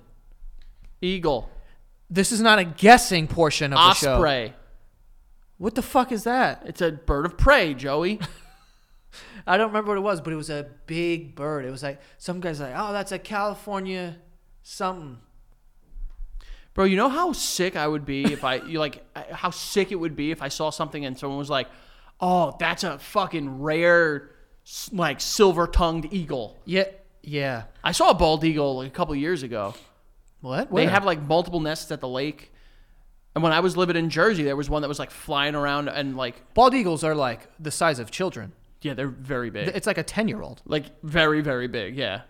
[SPEAKER 3] eagle,
[SPEAKER 2] this is not a guessing portion of the show.
[SPEAKER 3] osprey.
[SPEAKER 2] What the fuck is that?
[SPEAKER 3] It's a bird of prey, Joey.
[SPEAKER 2] I don't remember what it was, but it was a big bird. It was like some guy's like, "Oh, that's a California something."
[SPEAKER 3] Bro, you know how sick I would be if I you like I- how sick it would be if I saw something and someone was like, "Oh, that's a fucking rare s- like silver-tongued eagle."
[SPEAKER 2] Yeah, yeah.
[SPEAKER 3] I saw a bald eagle like, a couple years ago.
[SPEAKER 2] What?
[SPEAKER 3] They have like multiple nests at the lake. And when I was living in Jersey, there was one that was like flying around and like
[SPEAKER 2] bald eagles are like the size of children.
[SPEAKER 3] yeah, they're very big.
[SPEAKER 2] It's like a ten-year-old.
[SPEAKER 3] like very very big, yeah.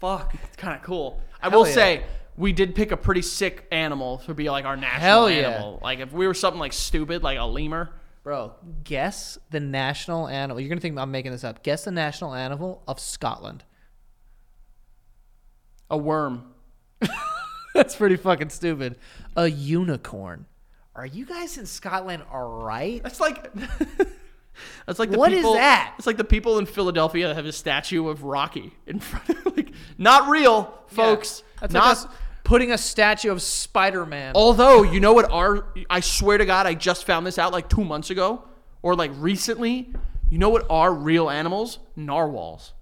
[SPEAKER 2] Fuck.
[SPEAKER 3] It's kind of cool. I
[SPEAKER 2] Hell
[SPEAKER 3] will
[SPEAKER 2] yeah.
[SPEAKER 3] say we did pick a pretty sick animal to be like our national
[SPEAKER 2] Hell yeah.
[SPEAKER 3] animal. Like if we were something like stupid like a lemur,
[SPEAKER 2] Bro, guess the national animal. You're gonna think I'm making this up. Guess the national animal of Scotland.
[SPEAKER 3] A worm.
[SPEAKER 2] <laughs> That's pretty fucking stupid. A unicorn. Are you guys in Scotland all right?
[SPEAKER 3] That's like. <laughs> That's like the
[SPEAKER 2] What is
[SPEAKER 3] people,
[SPEAKER 2] that?
[SPEAKER 3] It's like the people in Philadelphia that have a statue of Rocky in front. Of, <laughs> like, not real, folks.
[SPEAKER 2] That's
[SPEAKER 3] not
[SPEAKER 2] like us Oh. putting a statue of Spider Man.
[SPEAKER 3] Although, you know what our I swear to god I just found this out like 2 months ago or like recently. You know what are real animals? Narwhals.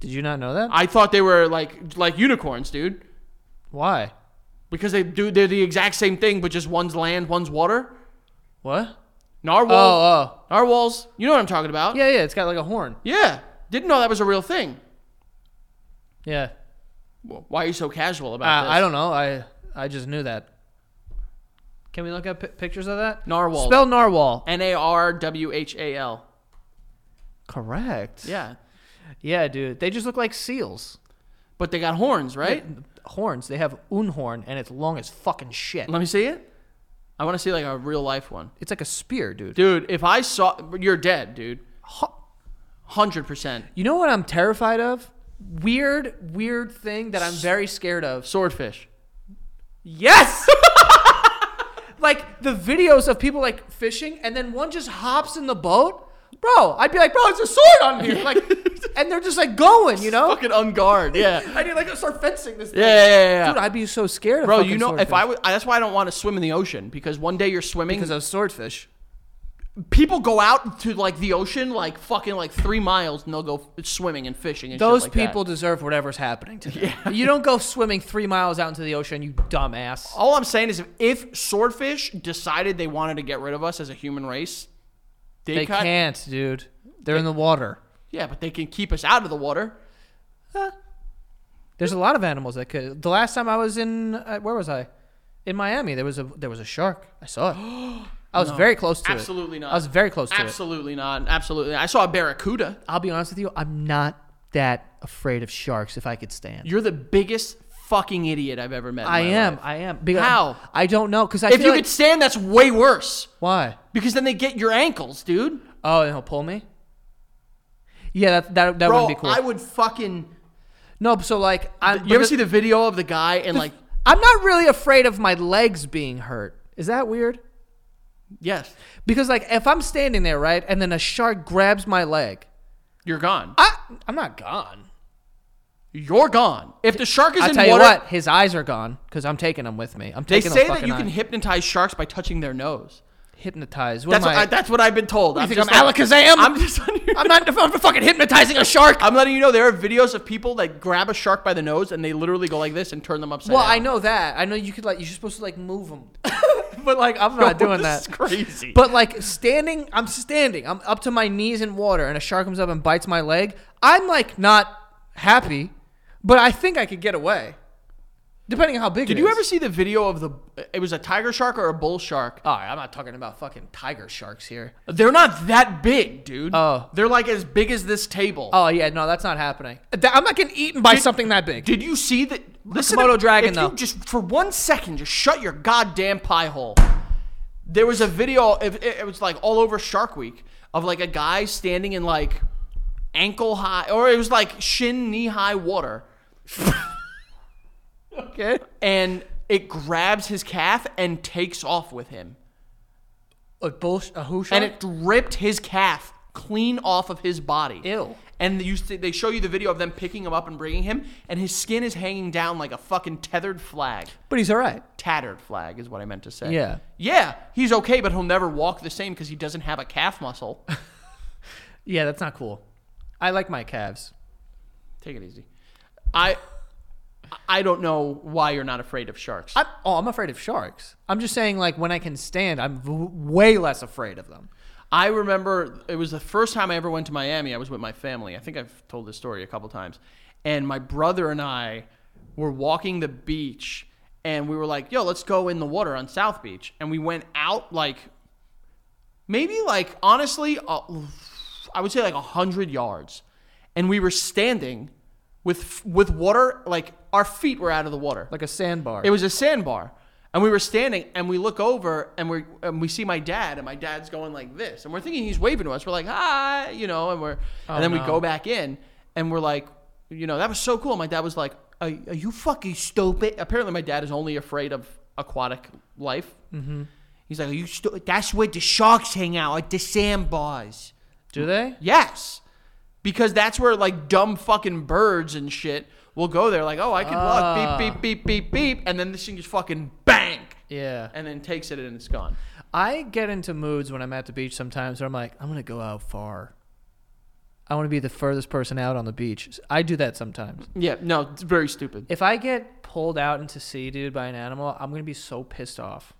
[SPEAKER 2] Did you not know that?
[SPEAKER 3] I thought they were like like unicorns, dude,
[SPEAKER 2] Why?
[SPEAKER 3] because they do they're the exact same thing but just one's land, one's water.
[SPEAKER 2] What?
[SPEAKER 3] Narwhal.
[SPEAKER 2] Oh, oh.
[SPEAKER 3] Narwhals. You know what I'm talking about?
[SPEAKER 2] Yeah, yeah. It's got like a horn.
[SPEAKER 3] Yeah. Didn't know that was a real thing.
[SPEAKER 2] Yeah.
[SPEAKER 3] Well, why are you so casual about
[SPEAKER 2] Uh,
[SPEAKER 3] this?
[SPEAKER 2] I don't know. I I just knew that. Can we look up pi pictures of that?
[SPEAKER 3] Narwhal.
[SPEAKER 2] Spell narwhal.
[SPEAKER 3] N A R W H A L.
[SPEAKER 2] Correct.
[SPEAKER 3] Yeah.
[SPEAKER 2] Yeah, dude. They just look like seals.
[SPEAKER 3] But they got horns, right?
[SPEAKER 2] Horns. They have un horn, and it's long as fucking shit.
[SPEAKER 3] Let me see it. I want to see like a real life one.
[SPEAKER 2] It's like a spear, dude.
[SPEAKER 3] Dude, if I saw you're dead, dude. Hundred percent.
[SPEAKER 2] You know what I'm terrified of? Weird, weird thing that I'm very scared of.
[SPEAKER 3] Swordfish.
[SPEAKER 2] Yes! <laughs> like the videos of people like fishing and then one just hops in the boat. Bro, I'd be like, bro, it's a sword on here.
[SPEAKER 3] <laughs>
[SPEAKER 2] Like and they're just like going, you know?
[SPEAKER 3] Fucking
[SPEAKER 2] <laughs>
[SPEAKER 3] unguard. Yeah.
[SPEAKER 2] I need like to start fencing this
[SPEAKER 3] Yeah, yeah, yeah, yeah.
[SPEAKER 2] Dude, I'd be so scared of
[SPEAKER 3] Bro,
[SPEAKER 2] fucking
[SPEAKER 3] you know, if
[SPEAKER 2] swordfish.
[SPEAKER 3] I would, that's why I don't want to swim in the ocean because one day you're swimming.
[SPEAKER 2] because of swordfish.
[SPEAKER 3] people go out to like the ocean, like fucking like three miles, and they'll go f- swimming and fishing. And shit
[SPEAKER 2] Those
[SPEAKER 3] like that.
[SPEAKER 2] people deserve whatever's happening to them. You don't go swimming three miles out into the ocean, you dumbass.
[SPEAKER 3] All I'm saying is, if, if swordfish decided they wanted to get rid of us as a human race, they,
[SPEAKER 2] They
[SPEAKER 3] cut-
[SPEAKER 2] can't, dude. They're in the water.
[SPEAKER 3] Yeah, but they can keep us out of the water.
[SPEAKER 2] There's a lot of animals that could. The last time I was in, uh, where was I? In Miami, there was a there was a shark. I saw it.
[SPEAKER 3] <gasps>
[SPEAKER 2] I was very close to it.
[SPEAKER 3] Absolutely not.
[SPEAKER 2] I was very close to it.
[SPEAKER 3] Absolutely not. Absolutely. I saw a barracuda.
[SPEAKER 2] I'll be honest with you. I'm not that afraid of sharks if I could stand.
[SPEAKER 3] You're the biggest fucking idiot I've ever met. in
[SPEAKER 2] I
[SPEAKER 3] my
[SPEAKER 2] am.
[SPEAKER 3] life.
[SPEAKER 2] I am. Because
[SPEAKER 3] How?
[SPEAKER 2] I don't know. Because I
[SPEAKER 3] If
[SPEAKER 2] feel
[SPEAKER 3] you
[SPEAKER 2] like-
[SPEAKER 3] could stand, that's way worse.
[SPEAKER 2] why?
[SPEAKER 3] Because then they get your ankles, dude.
[SPEAKER 2] Oh, and he'll pull me. Yeah, that that, that
[SPEAKER 3] Bro,
[SPEAKER 2] wouldn't be cool.
[SPEAKER 3] I would fucking.
[SPEAKER 2] no, so like I'm.
[SPEAKER 3] You ever
[SPEAKER 2] because-
[SPEAKER 3] see the video of the guy and like?
[SPEAKER 2] I'm not really afraid of my legs being hurt. Is that weird?
[SPEAKER 3] Yes,
[SPEAKER 2] Because like if I'm standing there right, and then a shark grabs my leg,
[SPEAKER 3] you're gone.
[SPEAKER 2] I I'm not gone.
[SPEAKER 3] You're gone. If the shark is
[SPEAKER 2] I
[SPEAKER 3] in
[SPEAKER 2] tell
[SPEAKER 3] water,
[SPEAKER 2] you what, his eyes are gone because I'm taking them with me. I'm
[SPEAKER 3] they
[SPEAKER 2] taking.
[SPEAKER 3] say
[SPEAKER 2] them
[SPEAKER 3] that you can hypnotize sharks by touching their nose.
[SPEAKER 2] hypnotize. What
[SPEAKER 3] That's
[SPEAKER 2] am
[SPEAKER 3] what,
[SPEAKER 2] I?
[SPEAKER 3] I, that's what I've been told.
[SPEAKER 2] you
[SPEAKER 3] I'm
[SPEAKER 2] think
[SPEAKER 3] just
[SPEAKER 2] I'm
[SPEAKER 3] like-
[SPEAKER 2] Alakazam?
[SPEAKER 3] I'm just. On your,
[SPEAKER 2] I'm <laughs> not. I'm fucking hypnotizing a shark.
[SPEAKER 3] I'm letting you know there are videos of people that grab a shark by the nose and they literally go like this and turn them upside
[SPEAKER 2] Well,
[SPEAKER 3] down.
[SPEAKER 2] I know that. I know you could like. You're supposed to like move
[SPEAKER 3] <laughs>
[SPEAKER 2] them, but like I'm not doing
[SPEAKER 3] This is
[SPEAKER 2] that.
[SPEAKER 3] crazy.
[SPEAKER 2] But like standing, I'm standing. I'm up to my knees in water, and a shark comes up and bites my leg. I'm like not happy, but I think I could get away, depending on how big.
[SPEAKER 3] Did you ever see the video of the? It was a tiger shark or a bull shark.
[SPEAKER 2] All right, Oh, I'm not talking about fucking tiger sharks here.
[SPEAKER 3] They're not that big, dude.
[SPEAKER 2] Oh.
[SPEAKER 3] they're like as big as this table.
[SPEAKER 2] Oh yeah, no, that's not happening. That- I'm not getting eaten by something that big.
[SPEAKER 3] Did you see that? Listen,
[SPEAKER 2] Komodo
[SPEAKER 3] to-
[SPEAKER 2] dragon,
[SPEAKER 3] if
[SPEAKER 2] though.
[SPEAKER 3] You just for one second, just shut your goddamn pie hole. There was a video. It, it- it was like all over Shark Week of like a guy standing in like ankle high, or it was like shin knee high water,
[SPEAKER 2] okay.
[SPEAKER 3] and it grabs his calf and takes off with him,
[SPEAKER 2] A bull, a who shark?
[SPEAKER 3] and it ripped his calf clean off of his body.
[SPEAKER 2] Ew.
[SPEAKER 3] And you, see- they show you the video of them picking him up and bringing him, and his skin is hanging down like a fucking tethered flag.
[SPEAKER 2] but he's all right.
[SPEAKER 3] tattered flag is what I meant to say.
[SPEAKER 2] Yeah.
[SPEAKER 3] Yeah, he's okay, but he'll never walk the same because he doesn't have a
[SPEAKER 2] <laughs>
[SPEAKER 3] calf muscle.
[SPEAKER 2] Yeah, that's not cool. I like my calves.
[SPEAKER 3] Take it easy. I I don't know why you're not afraid of sharks.
[SPEAKER 2] I'm, oh, I'm afraid of sharks. I'm just saying, like when I can stand, I'm v- way less afraid of them.
[SPEAKER 3] I remember it was the first time I ever went to Miami. I was with my family. I think I've told this story a couple times. And my brother and I were walking the beach and we were like, yo, let's go in the water on South Beach. And we went out like maybe like honestly, uh, I would say like 100 yards. And we were standing with with water like our feet were out of the water.
[SPEAKER 2] Like a sandbar.
[SPEAKER 3] It was a sandbar, and we were standing, and we look over, and we and we see my dad, and my dad's going like this, and we're thinking he's waving to us. We're like, hi, you know, and we're and then we
[SPEAKER 2] Oh, no.
[SPEAKER 3] go back in, and we're like, you know, that was so cool. My dad was like, are, are you fucking stupid? Apparently, my dad is only afraid of aquatic life. Mm-hmm. He's like, are you stu- that's where the sharks hang out at the sandbars.
[SPEAKER 2] Do they?
[SPEAKER 3] Yes. Because that's where like dumb fucking birds and shit will go there. Like, oh, I can walk
[SPEAKER 2] Ah.
[SPEAKER 3] beep, beep, beep, beep, beep. And then this thing just fucking bang.
[SPEAKER 2] Yeah.
[SPEAKER 3] And then takes it and it's gone.
[SPEAKER 2] I get into moods when I'm at the beach sometimes where I'm like, I'm going to go out far. I want to be the furthest person out on the beach. I do that sometimes.
[SPEAKER 3] Yeah, no, it's very stupid.
[SPEAKER 2] If I get pulled out into sea, dude, by an animal, I'm going to be so pissed off.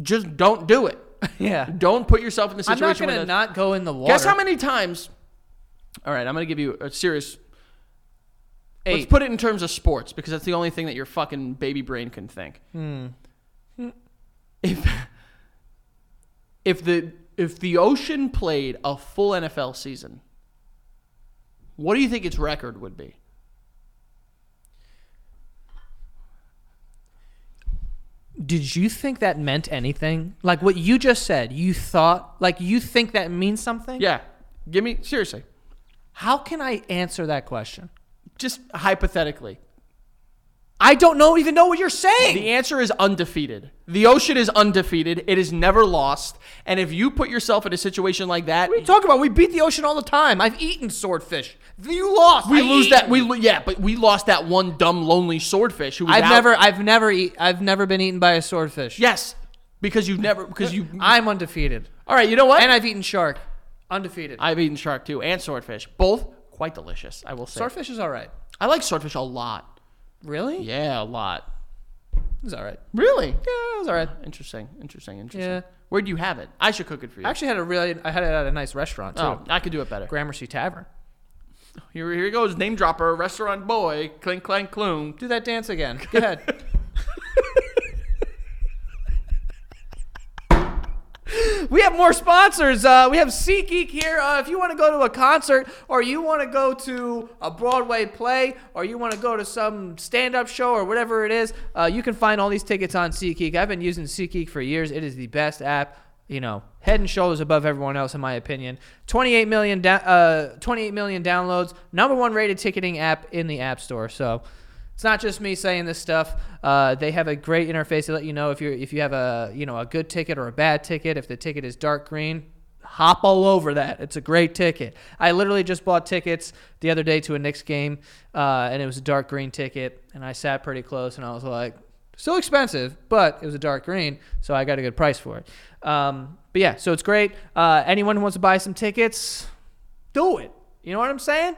[SPEAKER 3] Just don't
[SPEAKER 2] <laughs>
[SPEAKER 3] do it.
[SPEAKER 2] Yeah.
[SPEAKER 3] Don't put yourself in the
[SPEAKER 2] I'm
[SPEAKER 3] situation.
[SPEAKER 2] not
[SPEAKER 3] where
[SPEAKER 2] going to
[SPEAKER 3] that-
[SPEAKER 2] not go in the water.
[SPEAKER 3] Guess how many times? All right, I'm going to give you a serious. let Let's
[SPEAKER 2] Eight.
[SPEAKER 3] put it in terms of sports because that's the only thing that your fucking baby brain can think. Hmm. If if the if the ocean played a full NFL season, what do you think its record would be?
[SPEAKER 2] Did you think that meant anything? Like what you just said, you thought, like you think that means something?
[SPEAKER 3] Yeah, give me seriously.
[SPEAKER 2] How can I answer that question?
[SPEAKER 3] Just hypothetically,
[SPEAKER 2] I don't know even know what you're saying.
[SPEAKER 3] The answer is undefeated. The ocean is undefeated. It is never lost. And if you put yourself in a situation like that,
[SPEAKER 2] What are you talking about? We beat the ocean all the time. I've eaten swordfish. You lost.
[SPEAKER 3] we
[SPEAKER 2] I
[SPEAKER 3] lose
[SPEAKER 2] eat.
[SPEAKER 3] that. We lo- yeah, but we lost that one dumb lonely swordfish who was
[SPEAKER 2] I've
[SPEAKER 3] out-
[SPEAKER 2] never, I've never, eat, I've never been eaten by a swordfish.
[SPEAKER 3] Yes, because you've never because <laughs> you.
[SPEAKER 2] I'm undefeated,
[SPEAKER 3] all right, you know what?
[SPEAKER 2] and I've eaten shark, undefeated.
[SPEAKER 3] I've eaten shark too and swordfish, both quite delicious. I will say.
[SPEAKER 2] swordfish is all right.
[SPEAKER 3] I like swordfish a lot.
[SPEAKER 2] Really?
[SPEAKER 3] Yeah, a lot.
[SPEAKER 2] It's all right.
[SPEAKER 3] Really?
[SPEAKER 2] Yeah, it was all right.
[SPEAKER 3] Interesting. Interesting. Interesting.
[SPEAKER 2] Yeah.
[SPEAKER 3] Where do you have it? I should cook it for you.
[SPEAKER 2] I actually had a really, I had it at a nice restaurant too,
[SPEAKER 3] oh, I could do it better.
[SPEAKER 2] Gramercy Tavern.
[SPEAKER 3] Here, here goes name dropper, restaurant boy, clink clank cloom.
[SPEAKER 2] Do that dance again. Go ahead. we have more sponsors. Uh, we have SeatGeek here. Uh, if you want to go to a concert, or you want to go to a Broadway play, or you want to go to some stand-up show, or whatever it is, uh, you can find all these tickets on SeatGeek. I've been using SeatGeek for years. It is the best app. You know, head and shoulders above everyone else, in my opinion. 28 million, da- uh, 28 million downloads. Number one rated ticketing app in the App Store. So. It's not just me saying this stuff. Uh, they have a great interface to let you know if you are if you have a you know a good ticket or a bad ticket. If the ticket is dark green, hop all over that. It's a great ticket. I literally just bought tickets the other day to a Knicks game, uh, and it was a dark green ticket, and I sat pretty close, and I was like, still expensive, but it was a dark green, so I got a good price for it. Um, but yeah, so it's great. Uh, anyone who wants to buy some tickets, do it. You know what I'm saying?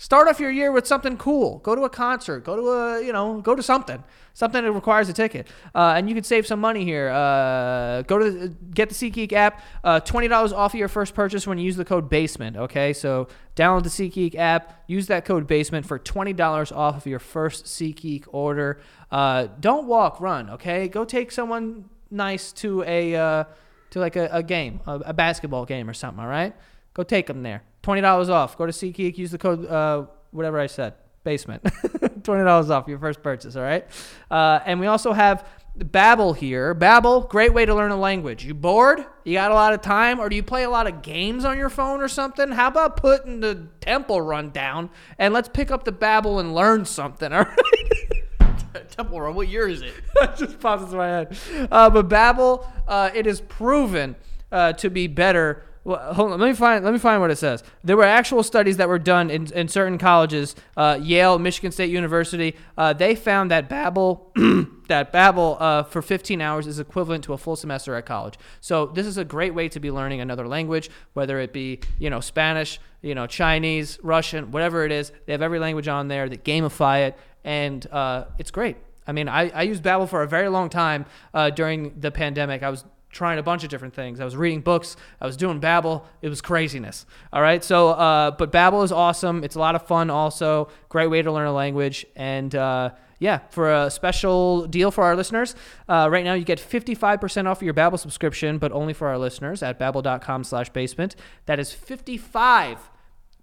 [SPEAKER 2] Start off your year with something cool. Go to a concert. Go to a you know go to something something that requires a ticket, uh, and you can save some money here. Uh, go to the, get the SeatGeek app. Uh, Twenty dollars off of your first purchase when you use the code Basement. Okay, so download the SeatGeek app. Use that code Basement for twenty dollars off of your first SeatGeek order. Uh, don't walk, run. Okay, go take someone nice to a uh, to like a, a game, a, a basketball game or something. All right, go take them there. Twenty dollars off. Go to SeatGeek. Use the code uh, whatever I said. Basement. <laughs> Twenty dollars off your first purchase. All right. Uh, and we also have Babbel here. Babbel, great way to learn a language. You bored? You got a lot of time, or do you play a lot of games on your phone or something? How about putting the Temple Run down and let's pick up the Babbel and learn something? <laughs> All right.
[SPEAKER 3] <laughs> Temple Run, what year is it?
[SPEAKER 2] <laughs> That just pops into my head. Uh, but Babbel, uh, it is proven uh, to be better. Well, hold on, let me find. Let me find what it says. There were actual studies that were done in, in certain colleges, uh, Yale, Michigan State University. Uh, they found that Babbel, <clears throat> that Babbel uh, for 15 hours is equivalent to a full semester at college. So this is a great way to be learning another language, whether it be you know Spanish, you know Chinese, Russian, whatever it is. They have every language on there that gamify it, and uh, it's great. I mean, I, I used Babbel for a very long time uh, during the pandemic. I was trying a bunch of different things. I was reading books. I was doing Babbel. It was craziness. All right. So, uh, but Babbel is awesome. It's a lot of fun. Also, great way to learn a language. And uh, yeah, for a special deal for our listeners, uh, right now you get 55% off your Babbel subscription, but only for our listeners at babbel.com slash basement. That is 55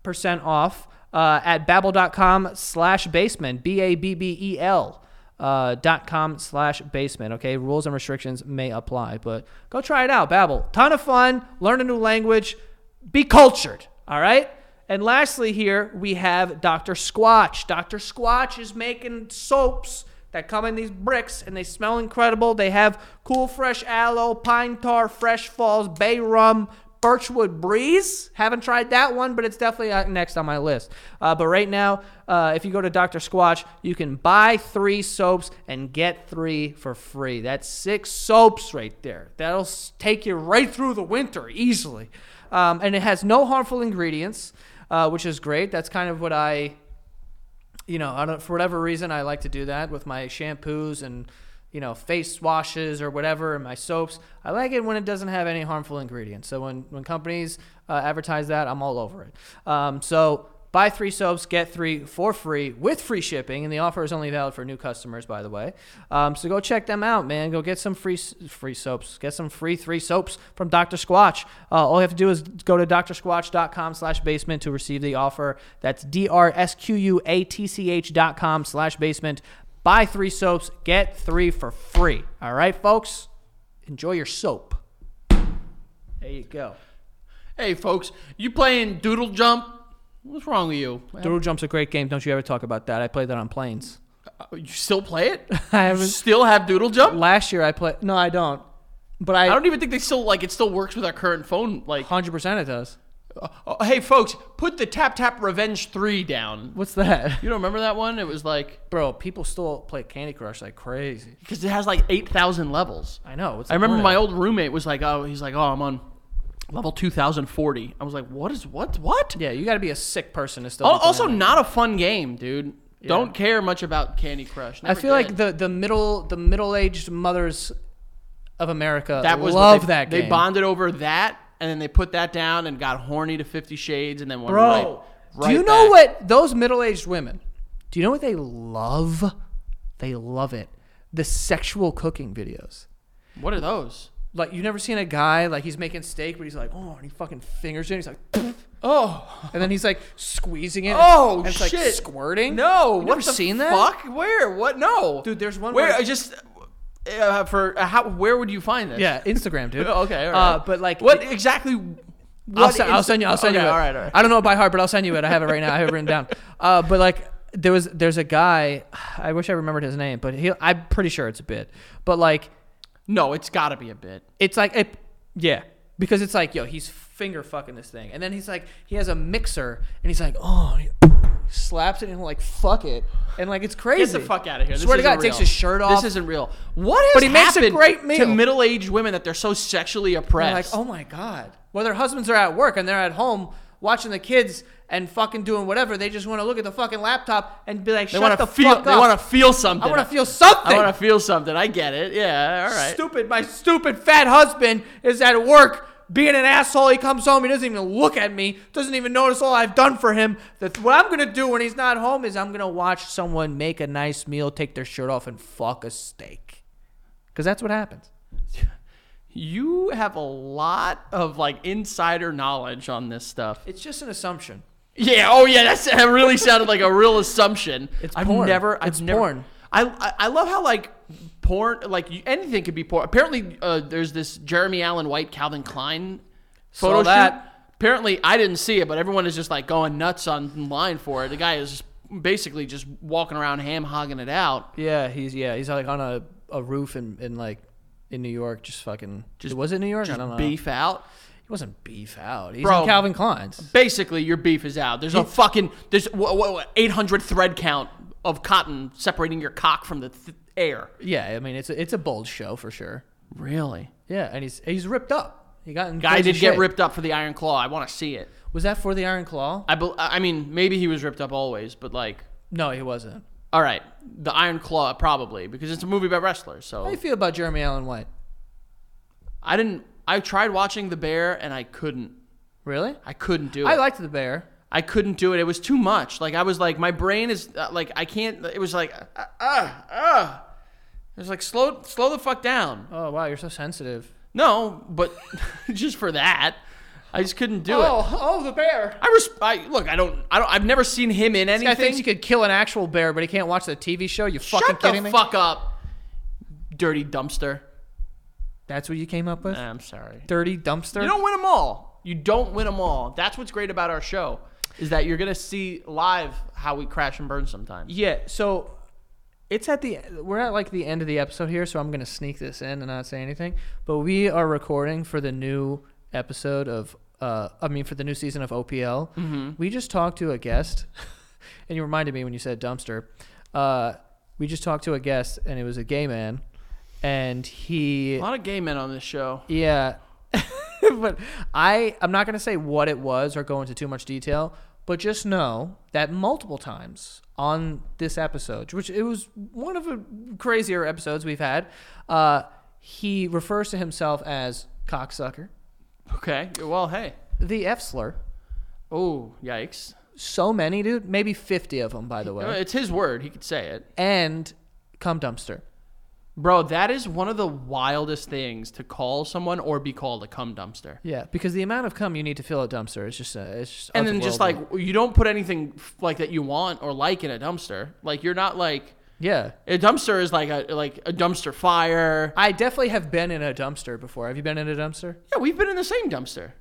[SPEAKER 2] percent off uh, at babbel.com slash basement b-a-b-b-e-l E uh, dot com slash basement okay rules and restrictions may apply but go try it out babbel ton of fun learn a new language be cultured all right
[SPEAKER 4] And lastly, here we have Dr. Squatch. Dr. Squatch is making soaps that come in these bricks and they smell incredible. They have cool fresh aloe, pine tar, fresh falls, bay rum, birchwood breeze. Haven't tried that one, but it's definitely uh, next on my list. Uh, but right now, uh, if you go to Dr. Squatch, you can buy three soaps and get three for free. That's six soaps right there. That'll s- take you right through the winter easily. Um, and it has no harmful ingredients, uh, which is great. That's kind of what I you know, I don't, for whatever reason, I like to do that with my shampoos and, you know, face washes or whatever, and my soaps. I like it when it doesn't have any harmful ingredients. So when, when companies uh, advertise that, I'm all over it. Um, so buy three soaps, get three for free with free shipping. And the offer is only valid for new customers, by the way. Um, so go check them out, man. Go get some free, s- free soaps. Get some free three soaps from Dr. Squatch. Uh, all you have to do is go to drsquatch.com slash basement to receive the offer. That's D-R-S-Q-U-A-T-C-H dot com slash basement. Buy three soaps, get three for free. All right, folks? Enjoy your soap. There you go.
[SPEAKER 3] Hey, folks, you playing Doodle Jump? What's wrong with you?
[SPEAKER 2] Doodle Jump's a great game. Don't you ever talk about that. I played that on planes.
[SPEAKER 3] Uh, You still play it?
[SPEAKER 2] <laughs>
[SPEAKER 3] <laughs>
[SPEAKER 2] I haven't.
[SPEAKER 3] still have Doodle Jump?
[SPEAKER 2] Last year I played. No, I don't. But I, e-
[SPEAKER 3] I don't even think they still like it. Still works with our current phone. Like,
[SPEAKER 2] 100% it does.
[SPEAKER 3] uh, uh, hey, folks, put the Tap Tap Revenge Three down.
[SPEAKER 4] <laughs>
[SPEAKER 2] What's that?
[SPEAKER 3] You don't remember that one? It was like
[SPEAKER 2] Bro, people still play Candy Crush like crazy.
[SPEAKER 3] because it has like eight thousand levels.
[SPEAKER 2] I know.
[SPEAKER 3] I remember my old roommate was like, "Oh, he's like, oh, I'm on level 2040." I was like, "What is what? What?"
[SPEAKER 2] Yeah, you got to be a sick person to still.
[SPEAKER 3] Al-
[SPEAKER 2] be playing
[SPEAKER 3] Also,
[SPEAKER 2] that.
[SPEAKER 3] not a fun game, dude. Don't care much about Candy Crush.
[SPEAKER 2] I
[SPEAKER 3] Never
[SPEAKER 2] feel like
[SPEAKER 3] did.
[SPEAKER 2] the the middle the middle aged mothers of America
[SPEAKER 3] that was what
[SPEAKER 2] love
[SPEAKER 3] they,
[SPEAKER 2] that game.
[SPEAKER 3] They bonded over that, and then they put that down and got horny to Fifty Shades, and then went
[SPEAKER 2] Bro,
[SPEAKER 3] right. right
[SPEAKER 2] do you know
[SPEAKER 3] back.
[SPEAKER 2] what those middle aged women? Do you know what they love? They love it. The sexual cooking videos.
[SPEAKER 3] What are those?
[SPEAKER 2] Like you've never seen a guy like he's making steak, but he's like, oh, and he fucking fingers it. And he's like,
[SPEAKER 3] <laughs> Oh,
[SPEAKER 2] and then he's like squeezing it.
[SPEAKER 3] Oh,
[SPEAKER 2] and it's like
[SPEAKER 3] shit.
[SPEAKER 2] squirting.
[SPEAKER 3] no!
[SPEAKER 2] You've
[SPEAKER 3] what
[SPEAKER 2] never
[SPEAKER 3] the
[SPEAKER 2] seen that?
[SPEAKER 3] fuck? Where? What? No,
[SPEAKER 2] Dude, there's one
[SPEAKER 3] Where?
[SPEAKER 2] where-
[SPEAKER 3] I just uh, for uh, how? Where would you find this?
[SPEAKER 2] Yeah, Instagram, dude.
[SPEAKER 3] <laughs> okay. All right.
[SPEAKER 2] Uh, but like,
[SPEAKER 3] what
[SPEAKER 2] it-
[SPEAKER 3] exactly?
[SPEAKER 2] I'll,
[SPEAKER 3] what
[SPEAKER 2] se- I'll
[SPEAKER 3] inst-
[SPEAKER 2] send you. I'll send
[SPEAKER 3] okay,
[SPEAKER 2] you. It.
[SPEAKER 3] All right. All right.
[SPEAKER 2] I don't know it by heart, but I'll send you it. I have it right now. I have it written
[SPEAKER 3] <laughs>
[SPEAKER 2] down. Uh, but like, there was there's a guy. I wish I remembered his name, but he. I'm pretty sure it's a bit. But like,
[SPEAKER 3] no, it's got to be a bit.
[SPEAKER 2] it's like it, yeah because it's like yo he's finger fucking this thing and then he's like he has a mixer and he's like oh and he <laughs> slaps it and like fuck it and like it's crazy
[SPEAKER 3] Get the fuck out of here! This
[SPEAKER 2] swear to
[SPEAKER 3] isn't
[SPEAKER 2] god takes
[SPEAKER 3] real.
[SPEAKER 2] his shirt off
[SPEAKER 3] This isn't real. What has
[SPEAKER 2] But he makes a
[SPEAKER 3] happened
[SPEAKER 2] great
[SPEAKER 3] to
[SPEAKER 2] meal.
[SPEAKER 3] middle-aged women that they're so sexually
[SPEAKER 2] and
[SPEAKER 3] oppressed?
[SPEAKER 2] they're like oh my god well their husbands are at work and they're at home watching the kids and fucking doing whatever they just want to look at the fucking laptop and be like
[SPEAKER 3] They
[SPEAKER 2] shut
[SPEAKER 3] want
[SPEAKER 2] the
[SPEAKER 3] to feel.
[SPEAKER 2] fuck
[SPEAKER 3] They
[SPEAKER 2] up
[SPEAKER 3] want to feel something.
[SPEAKER 2] i want to feel something
[SPEAKER 3] I want to feel something. I get it. Yeah. All right.
[SPEAKER 2] Stupid. My stupid fat husband is at work being an asshole. He comes home. He doesn't even look at me. Doesn't even notice all I've done for him. That what I'm gonna do when he's not home is I'm gonna watch someone make a nice meal, take their shirt off, and fuck a steak. Cause that's what happens.
[SPEAKER 3] You have a lot of like insider knowledge on this stuff.
[SPEAKER 2] It's just an assumption.
[SPEAKER 3] Yeah. Oh, yeah. That's, <laughs> that really sounded like a real assumption.
[SPEAKER 2] It's
[SPEAKER 3] I've
[SPEAKER 2] porn.
[SPEAKER 3] never. I've
[SPEAKER 2] It's
[SPEAKER 3] never,
[SPEAKER 2] porn.
[SPEAKER 3] I, I I love how like porn like you, anything could be porn. Apparently, uh, there's this Jeremy Allen White Calvin Klein photo
[SPEAKER 2] Saw that.
[SPEAKER 3] shoot. Apparently, I didn't see it, but everyone is just like going nuts online for it. The guy is basically just walking around ham hogging it out.
[SPEAKER 2] Yeah, he's yeah he's like on a, a roof in, in like in New York, just fucking. Just, was it New York? I don't know.
[SPEAKER 3] Beef out.
[SPEAKER 2] He wasn't beef out. He's
[SPEAKER 3] Bro.
[SPEAKER 2] in Calvin Klein's.
[SPEAKER 3] Basically, your beef is out. There's a fucking there's what, what, 800 thread count of cotton separating your cock from the th- air.
[SPEAKER 2] Yeah, I mean it's a, it's a bold show for sure.
[SPEAKER 3] Really.
[SPEAKER 2] Yeah, and he's he's ripped up. He got in
[SPEAKER 3] Guy
[SPEAKER 2] crazy
[SPEAKER 3] did get
[SPEAKER 2] shape.
[SPEAKER 3] ripped up for the Iron Claw. I want to see it.
[SPEAKER 2] Was that for the Iron Claw?
[SPEAKER 3] I, bel I mean, maybe he was ripped up always, but like,
[SPEAKER 2] No, he wasn't.
[SPEAKER 3] all right, the Iron Claw probably because it's a movie about wrestlers.
[SPEAKER 2] How do
[SPEAKER 3] So
[SPEAKER 2] you feel about Jeremy Allen White?
[SPEAKER 3] I didn't. I tried watching The Bear and I couldn't.
[SPEAKER 2] Really?
[SPEAKER 3] I couldn't do it.
[SPEAKER 2] I liked the bear.
[SPEAKER 3] I couldn't do it. It was too much. Like I was like, my brain is uh, like, I can't. It was like, ah, uh, ah. ah. It was like, slow, slow the fuck down.
[SPEAKER 2] Oh wow, you're so sensitive.
[SPEAKER 3] No, but <laughs> just for that, I just couldn't do it.
[SPEAKER 2] Oh, oh, the bear.
[SPEAKER 3] I, res- I look. I don't. I don't. I've never seen him in
[SPEAKER 2] This guy
[SPEAKER 3] anything.
[SPEAKER 2] thinks he could kill an actual bear, but he can't watch the TV show. You
[SPEAKER 3] Shut
[SPEAKER 2] fucking
[SPEAKER 3] the
[SPEAKER 2] kidding me?
[SPEAKER 3] fuck up, dirty dumpster.
[SPEAKER 2] That's what you came up with?
[SPEAKER 3] I'm sorry.
[SPEAKER 2] Dirty dumpster.
[SPEAKER 3] You don't win them all. You don't win them all. That's what's great about our show. is that you're gonna see live how we crash and burn sometimes.
[SPEAKER 2] Yeah, so it's at the we're at like the end of the episode here, so I'm gonna sneak this in and not say anything. But we are recording for the new episode of uh, I mean for the new season of OPL. We just talked to a guest, <laughs> and you reminded me when you said dumpster. Uh, we just talked to a guest, and it was a gay man, and he
[SPEAKER 3] A lot of gay men on this show.
[SPEAKER 2] yeah. <laughs> but I I'm not going to say what it was or go into too much detail, but just know that multiple times on this episode, which it was one of the crazier episodes we've had, uh, he refers to himself as cocksucker,
[SPEAKER 3] Okay. Well, hey.
[SPEAKER 2] the F slur.
[SPEAKER 3] Oh, yikes.
[SPEAKER 2] So many, dude. Maybe 50 of them, by the way.
[SPEAKER 3] It's his word. He could say it.
[SPEAKER 2] And cum dumpster.
[SPEAKER 3] Bro, that is one of the wildest things to call someone or be called a cum dumpster.
[SPEAKER 2] Yeah, because the amount of cum you need to fill a dumpster is just, uh, it's just
[SPEAKER 3] And then just like
[SPEAKER 2] otherworldly.
[SPEAKER 3] you don't put anything f- like that you want or like in a dumpster. Like you're not like
[SPEAKER 2] yeah.
[SPEAKER 3] a dumpster is like a like a dumpster fire.
[SPEAKER 2] I definitely have been in a dumpster before. Have you been in a dumpster?
[SPEAKER 3] Yeah, we've been in the same dumpster.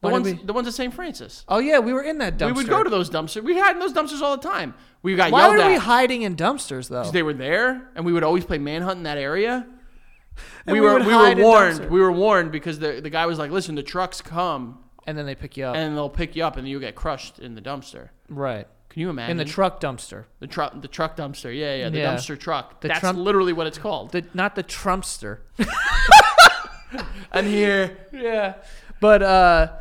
[SPEAKER 3] The
[SPEAKER 2] When did
[SPEAKER 3] ones
[SPEAKER 2] we-
[SPEAKER 3] the ones at St. Francis.
[SPEAKER 2] Oh yeah, we were in that dumpster.
[SPEAKER 3] We would go to those dumpsters. We had in those dumpsters all the time. We got
[SPEAKER 2] Why
[SPEAKER 3] yelled
[SPEAKER 2] were
[SPEAKER 3] at.
[SPEAKER 2] we hiding in dumpsters though?
[SPEAKER 3] They were there, and we would always play manhunt in that area.
[SPEAKER 2] And
[SPEAKER 3] we,
[SPEAKER 2] we
[SPEAKER 3] were
[SPEAKER 2] would
[SPEAKER 3] we
[SPEAKER 2] hide
[SPEAKER 3] were
[SPEAKER 2] in
[SPEAKER 3] warned.
[SPEAKER 2] dumpster.
[SPEAKER 3] We were warned because the the guy was like, "Listen, the trucks come
[SPEAKER 2] and then they pick you up.
[SPEAKER 3] and they'll pick you up, and you get crushed in the dumpster."
[SPEAKER 2] right.
[SPEAKER 3] Can you imagine
[SPEAKER 2] In the truck dumpster.
[SPEAKER 3] the truck the truck dumpster? Yeah, yeah, the
[SPEAKER 2] Yeah.
[SPEAKER 3] dumpster truck.
[SPEAKER 2] The
[SPEAKER 3] That's
[SPEAKER 2] Trump-
[SPEAKER 3] literally what it's called.
[SPEAKER 2] The not the
[SPEAKER 3] <laughs>
[SPEAKER 2] Trumpster.
[SPEAKER 3] and here,
[SPEAKER 2] yeah. But uh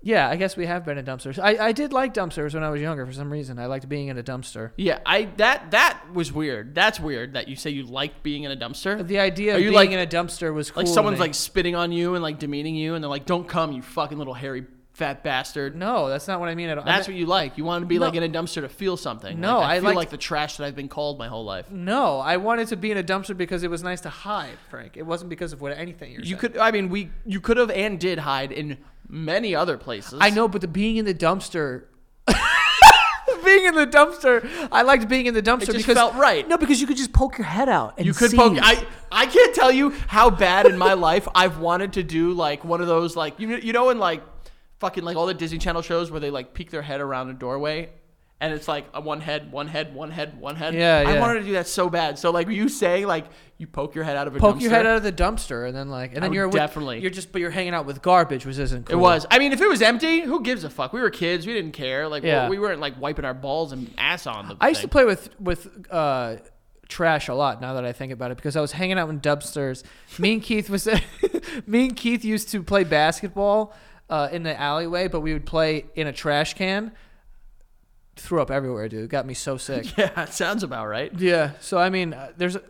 [SPEAKER 2] yeah, I guess we have been in dumpsters. I, I did like dumpsters when I was younger for some reason. I liked being in a dumpster.
[SPEAKER 3] yeah, I that that was weird. That's weird that you say you liked being in a dumpster.
[SPEAKER 2] The idea
[SPEAKER 3] Are
[SPEAKER 2] of
[SPEAKER 3] you,
[SPEAKER 2] being
[SPEAKER 3] like-
[SPEAKER 2] in a dumpster was cool.
[SPEAKER 3] like
[SPEAKER 2] to
[SPEAKER 3] someone's
[SPEAKER 2] me.
[SPEAKER 3] like spitting on you and like demeaning you, and they're like, "Don't come, you fucking little hairy fat bastard."
[SPEAKER 2] No, that's not what I mean at all. I
[SPEAKER 3] That's
[SPEAKER 2] meant-
[SPEAKER 3] what you like. You want to be
[SPEAKER 2] No.
[SPEAKER 3] like in a dumpster to feel something.
[SPEAKER 2] No,
[SPEAKER 3] like, I,
[SPEAKER 2] I
[SPEAKER 3] feel
[SPEAKER 2] liked-
[SPEAKER 3] like the trash that I've been called my whole life.
[SPEAKER 2] no, I wanted to be in a dumpster because it was nice to hide, Frank. It wasn't because of what anything you're
[SPEAKER 3] You
[SPEAKER 2] saying.
[SPEAKER 3] could, I mean, we you could have and did hide in many other places.
[SPEAKER 2] I know, but the being in the dumpster. <laughs> being in the dumpster, I liked being in the dumpster
[SPEAKER 3] just
[SPEAKER 2] because
[SPEAKER 3] felt right.
[SPEAKER 2] No, because you could just poke your head out. And
[SPEAKER 3] you could
[SPEAKER 2] see.
[SPEAKER 3] poke. I I can't tell you how bad in my <laughs> life I've wanted to do like one of those like you you know in like fucking like all the Disney Channel shows where they like peek their head around a doorway. And it's like a one head, one head, one head, one head.
[SPEAKER 2] Yeah,
[SPEAKER 3] I
[SPEAKER 2] yeah.
[SPEAKER 3] wanted to do that so bad. So like you say, like you poke your head out of a
[SPEAKER 2] poke your
[SPEAKER 3] dumpster.
[SPEAKER 2] head out of the dumpster, and then like, and then
[SPEAKER 3] would
[SPEAKER 2] you're with-
[SPEAKER 3] definitely.
[SPEAKER 2] you're just but you're hanging out with garbage, which isn't
[SPEAKER 3] It
[SPEAKER 2] cool.
[SPEAKER 3] was. I mean, if it was empty, who gives a fuck? We were kids. We didn't care. Like
[SPEAKER 2] Yeah.
[SPEAKER 3] we, we weren't like wiping our balls and ass on the.
[SPEAKER 2] I used to
[SPEAKER 3] thing. <laughs>
[SPEAKER 2] play with with uh, trash a lot. Now that I think about it, because I was hanging out in dumpsters. Me and Keith was <laughs> me and Keith used to play basketball uh, in the alleyway, but we would play in a trash can. Threw up everywhere, dude. Got me so sick.
[SPEAKER 3] Yeah, it sounds about right. <laughs>
[SPEAKER 2] Yeah. So I mean, uh, there's a,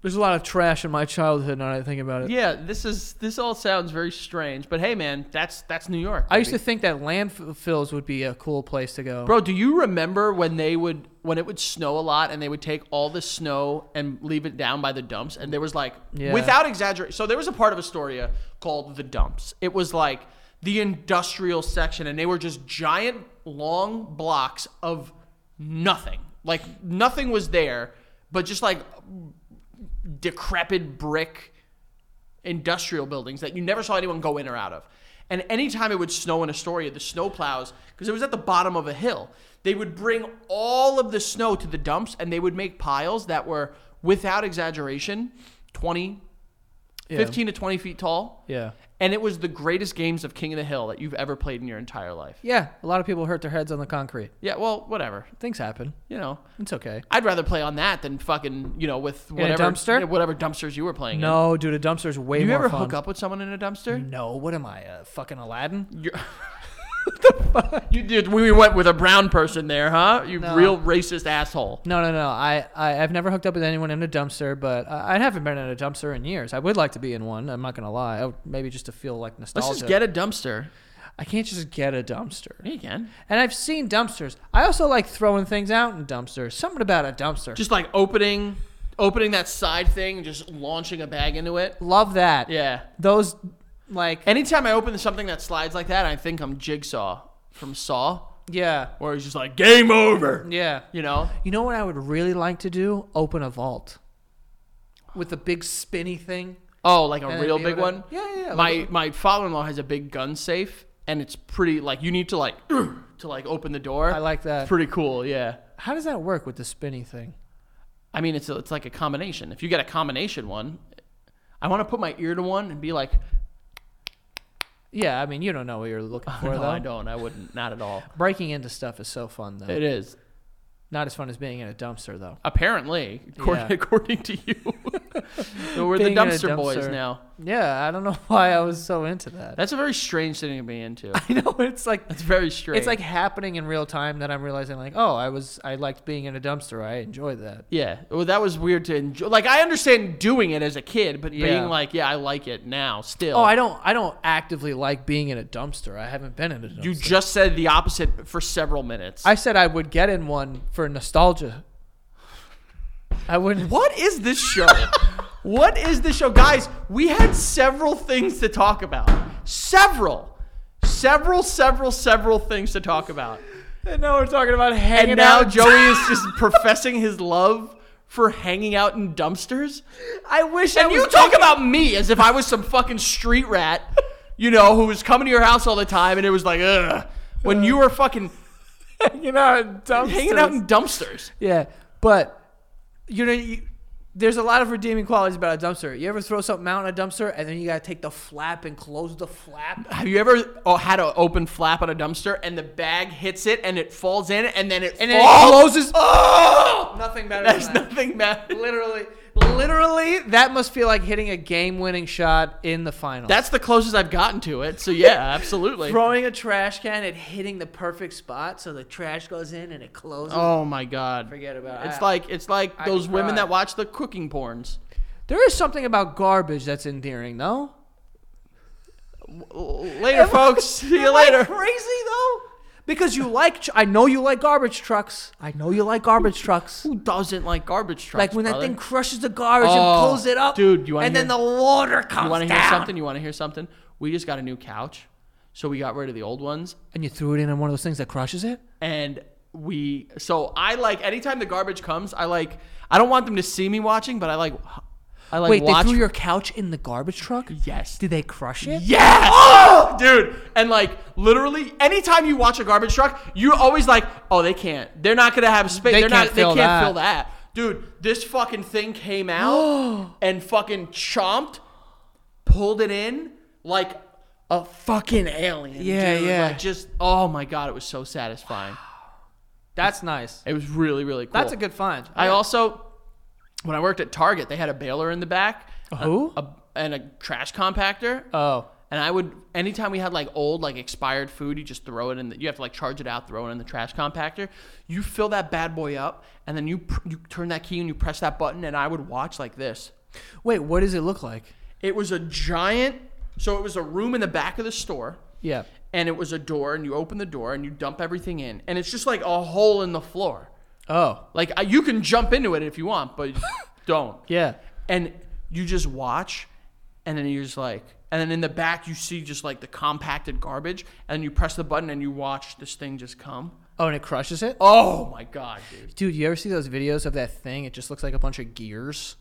[SPEAKER 2] there's a lot of trash in my childhood now that I think about it.
[SPEAKER 3] Yeah, this is this all sounds very strange, but hey, man, that's that's New York.
[SPEAKER 2] I used to
[SPEAKER 3] baby.
[SPEAKER 2] think that landfills would be a cool place to go.
[SPEAKER 3] bro. Do you remember when they would when it would snow a lot and they would take all the snow and leave it down by the dumps and there was like
[SPEAKER 2] Yeah.
[SPEAKER 3] without exaggeration. So there was a part of Astoria called the dumps. It was like the industrial section, and they were just giant long blocks of nothing. Like nothing was there, but just like decrepit brick industrial buildings that you never saw anyone go in or out of. And anytime it would snow in Astoria, the snow plows, because it was at the bottom of a hill, they would bring all of the snow to the dumps and they would make piles that were, without exaggeration, 20,
[SPEAKER 2] Yeah.
[SPEAKER 3] 15 to 20 feet tall.
[SPEAKER 2] Yeah.
[SPEAKER 3] And it was the greatest games of King of the Hill that you've ever played in your entire life.
[SPEAKER 2] Yeah. A lot of people hurt their heads on the concrete.
[SPEAKER 3] Yeah, well, whatever.
[SPEAKER 2] Things happen.
[SPEAKER 3] You know,
[SPEAKER 2] It's okay.
[SPEAKER 3] I'd rather play on that than fucking, you know, with whatever
[SPEAKER 2] dumpster?
[SPEAKER 3] yeah, whatever dumpsters you were playing in.
[SPEAKER 2] No, dude, a dumpster's way
[SPEAKER 3] Do you
[SPEAKER 2] more
[SPEAKER 3] ever
[SPEAKER 2] fun.
[SPEAKER 3] hook up with someone in a dumpster?
[SPEAKER 2] No, what am I, uh, fucking Aladdin?
[SPEAKER 3] You're- You did. We went with a brown person there, huh? You
[SPEAKER 2] No.
[SPEAKER 3] real racist asshole.
[SPEAKER 2] No, no, no. I, I, I've never hooked up with anyone in a dumpster, but I, I haven't been in a dumpster in years. I would like to be in one. I'm not gonna lie. I would, maybe just to feel like
[SPEAKER 3] Let's
[SPEAKER 2] nostalgia.
[SPEAKER 3] just get a dumpster.
[SPEAKER 2] I can't just get a dumpster.
[SPEAKER 3] Yeah, you can.
[SPEAKER 2] And I've seen dumpsters. I also like throwing things out in dumpsters. Something about a dumpster.
[SPEAKER 3] Just like opening, opening that side thing, and just launching a bag into it.
[SPEAKER 2] Love that.
[SPEAKER 3] Yeah.
[SPEAKER 2] Those, like,
[SPEAKER 3] Anytime I open something that slides like that, I think I'm Jigsaw from Saw,
[SPEAKER 2] yeah,
[SPEAKER 3] where he's just like game over.
[SPEAKER 2] yeah.
[SPEAKER 3] You know.
[SPEAKER 2] You know what I would really like to do? Open a vault with a big spinny thing.
[SPEAKER 3] Oh, like a
[SPEAKER 2] And
[SPEAKER 3] real
[SPEAKER 2] it'd be
[SPEAKER 3] big
[SPEAKER 2] able to-
[SPEAKER 3] one.
[SPEAKER 2] Yeah, yeah, yeah, like
[SPEAKER 3] My my father in law has a big gun safe, and it's pretty like <clears throat> you need to like to to like open the door.
[SPEAKER 2] I like that.
[SPEAKER 3] It's pretty cool. Yeah.
[SPEAKER 2] How does that work with the spinny thing?
[SPEAKER 3] I mean, it's it's like a combination. If you get a combination one, I want to put my ear to one and be like,
[SPEAKER 2] Yeah, I mean, you don't know what you're
[SPEAKER 3] <laughs>
[SPEAKER 2] looking for,
[SPEAKER 3] no,
[SPEAKER 2] though.
[SPEAKER 3] I don't. I wouldn't. Not at all.
[SPEAKER 2] Breaking into stuff is so fun, though.
[SPEAKER 3] It is
[SPEAKER 2] Not as fun as being in a dumpster, though.
[SPEAKER 3] apparently, according,
[SPEAKER 2] Yeah.
[SPEAKER 3] <laughs> according to
[SPEAKER 2] <laughs>
[SPEAKER 3] you, we're
[SPEAKER 2] Being in
[SPEAKER 3] the
[SPEAKER 2] a
[SPEAKER 3] dumpster, boys
[SPEAKER 2] dumpster.
[SPEAKER 3] now.
[SPEAKER 2] Yeah, I don't know <laughs> why I was so into that. <laughs>
[SPEAKER 3] That's a very strange thing to be into.
[SPEAKER 2] I know it's like
[SPEAKER 3] It's very strange.
[SPEAKER 2] it's like happening in real time that I'm realizing, like, oh, I was I liked being in a dumpster. I enjoyed that.
[SPEAKER 3] yeah. Well, that was weird to enjoy. Like I understand doing it as a kid, but
[SPEAKER 2] Yeah.
[SPEAKER 3] being like, yeah, I like it now. Still.
[SPEAKER 2] Oh, I don't I don't actively like being in a dumpster. I haven't been in a dumpster.
[SPEAKER 3] You just said the opposite for several minutes.
[SPEAKER 2] I said I would get in one for nostalgia. I wouldn't.
[SPEAKER 3] What is this show? what is this show? Guys, we had several things to talk about. Several. Several, several, several things to talk about.
[SPEAKER 2] And now we're talking about hanging
[SPEAKER 3] And now
[SPEAKER 2] out.
[SPEAKER 3] Joey
[SPEAKER 2] <laughs>
[SPEAKER 3] is just professing his love for hanging out in dumpsters.
[SPEAKER 2] I wish I
[SPEAKER 3] And
[SPEAKER 2] was
[SPEAKER 3] you talk about me as if I was some fucking street rat, you know, who was coming to your house all the time and it was like, ugh. When you were fucking
[SPEAKER 2] <laughs> hanging out in dumpsters.
[SPEAKER 3] hanging out in dumpsters.
[SPEAKER 2] Yeah, but you know, you, there's a lot of redeeming qualities about a dumpster. You ever throw something out in a dumpster and then you gotta take the flap and close the
[SPEAKER 3] <laughs>
[SPEAKER 2] flap?
[SPEAKER 3] Have you ever oh, had an open flap on a dumpster and the bag hits it and it falls in and then it
[SPEAKER 2] And then it
[SPEAKER 3] falls?
[SPEAKER 2] closes.
[SPEAKER 3] Oh!
[SPEAKER 2] Nothing better
[SPEAKER 3] That's
[SPEAKER 2] than that.
[SPEAKER 3] nothing bad.
[SPEAKER 2] Literally, literally, that must feel like hitting a game-winning shot in the final.
[SPEAKER 3] That's the closest I've gotten to it.
[SPEAKER 2] <laughs>
[SPEAKER 3] So yeah, absolutely.
[SPEAKER 2] throwing a trash can and hitting the perfect spot so the trash goes in and it closes.
[SPEAKER 3] Oh my god.
[SPEAKER 2] Forget about it.
[SPEAKER 3] It's
[SPEAKER 2] I-
[SPEAKER 3] like it's like
[SPEAKER 2] I
[SPEAKER 3] those
[SPEAKER 2] could
[SPEAKER 3] women
[SPEAKER 2] cry.
[SPEAKER 3] that watch the cooking porns.
[SPEAKER 2] There is something about garbage that's endearing, though.
[SPEAKER 3] Later, <laughs> folks. See you
[SPEAKER 2] Am I
[SPEAKER 3] later.
[SPEAKER 2] crazy though, because you like. tr- I know you like garbage trucks. I know you like
[SPEAKER 3] <laughs>
[SPEAKER 2] garbage trucks.
[SPEAKER 3] Who doesn't like garbage trucks?
[SPEAKER 2] Like when that
[SPEAKER 3] brother?
[SPEAKER 2] thing crushes the garbage
[SPEAKER 3] Oh,
[SPEAKER 2] and pulls it up,
[SPEAKER 3] dude, you wanna
[SPEAKER 2] and then
[SPEAKER 3] hear-
[SPEAKER 2] the water comes
[SPEAKER 3] You want to
[SPEAKER 2] down.
[SPEAKER 3] hear something? You want to hear something? We just got a new couch, so we got rid of the old ones,
[SPEAKER 2] And you threw it in on one of those things that crushes it.
[SPEAKER 3] and we so i like anytime the garbage comes i like i don't want them to see me watching but i like i like
[SPEAKER 2] Wait,
[SPEAKER 3] watch
[SPEAKER 2] they threw your couch in the garbage truck?
[SPEAKER 3] yes
[SPEAKER 2] Did they Oh! crush it?
[SPEAKER 3] yes dude and like literally anytime you watch a garbage truck you're always like oh they can't they're not gonna have space
[SPEAKER 2] They
[SPEAKER 3] they are not
[SPEAKER 2] can't
[SPEAKER 3] they
[SPEAKER 2] fill
[SPEAKER 3] can't
[SPEAKER 2] that."
[SPEAKER 3] fill that dude this fucking thing
[SPEAKER 2] <gasps>
[SPEAKER 3] came out and fucking chomped pulled it in like a fucking alien
[SPEAKER 2] Yeah,
[SPEAKER 3] dude.
[SPEAKER 2] yeah.
[SPEAKER 3] Like, just oh my god it was so satisfying
[SPEAKER 2] That's nice.
[SPEAKER 3] it was really really cool
[SPEAKER 2] That's a good find.
[SPEAKER 3] I also, when I worked at Target, they had a baler in the back, a-
[SPEAKER 2] who?
[SPEAKER 3] a, and a trash compactor.
[SPEAKER 2] oh,
[SPEAKER 3] and I would, anytime we had like old, like expired food, you just throw it in. The, you have to like charge it out, throw it in the trash compactor. You fill that bad boy up, and then you pr- you turn that key and you press that button, and I would watch like this.
[SPEAKER 2] wait. What does it look like?
[SPEAKER 3] It was a giant. So it was a room in the back of the store
[SPEAKER 2] Yeah.
[SPEAKER 3] and it was a door and you open the door and you dump everything in and it's just like a hole in the floor
[SPEAKER 2] Oh,
[SPEAKER 3] like I- you can jump into it if you
[SPEAKER 2] <laughs>
[SPEAKER 3] want but don't
[SPEAKER 2] yeah.
[SPEAKER 3] and you just watch and then you're just like and then in the back you see just like the compacted garbage and you press the button and you watch this thing just come
[SPEAKER 2] Oh, and it crushes it.
[SPEAKER 3] oh my god dude
[SPEAKER 2] Dude, you ever see those videos of that thing? It just looks like a bunch of gears,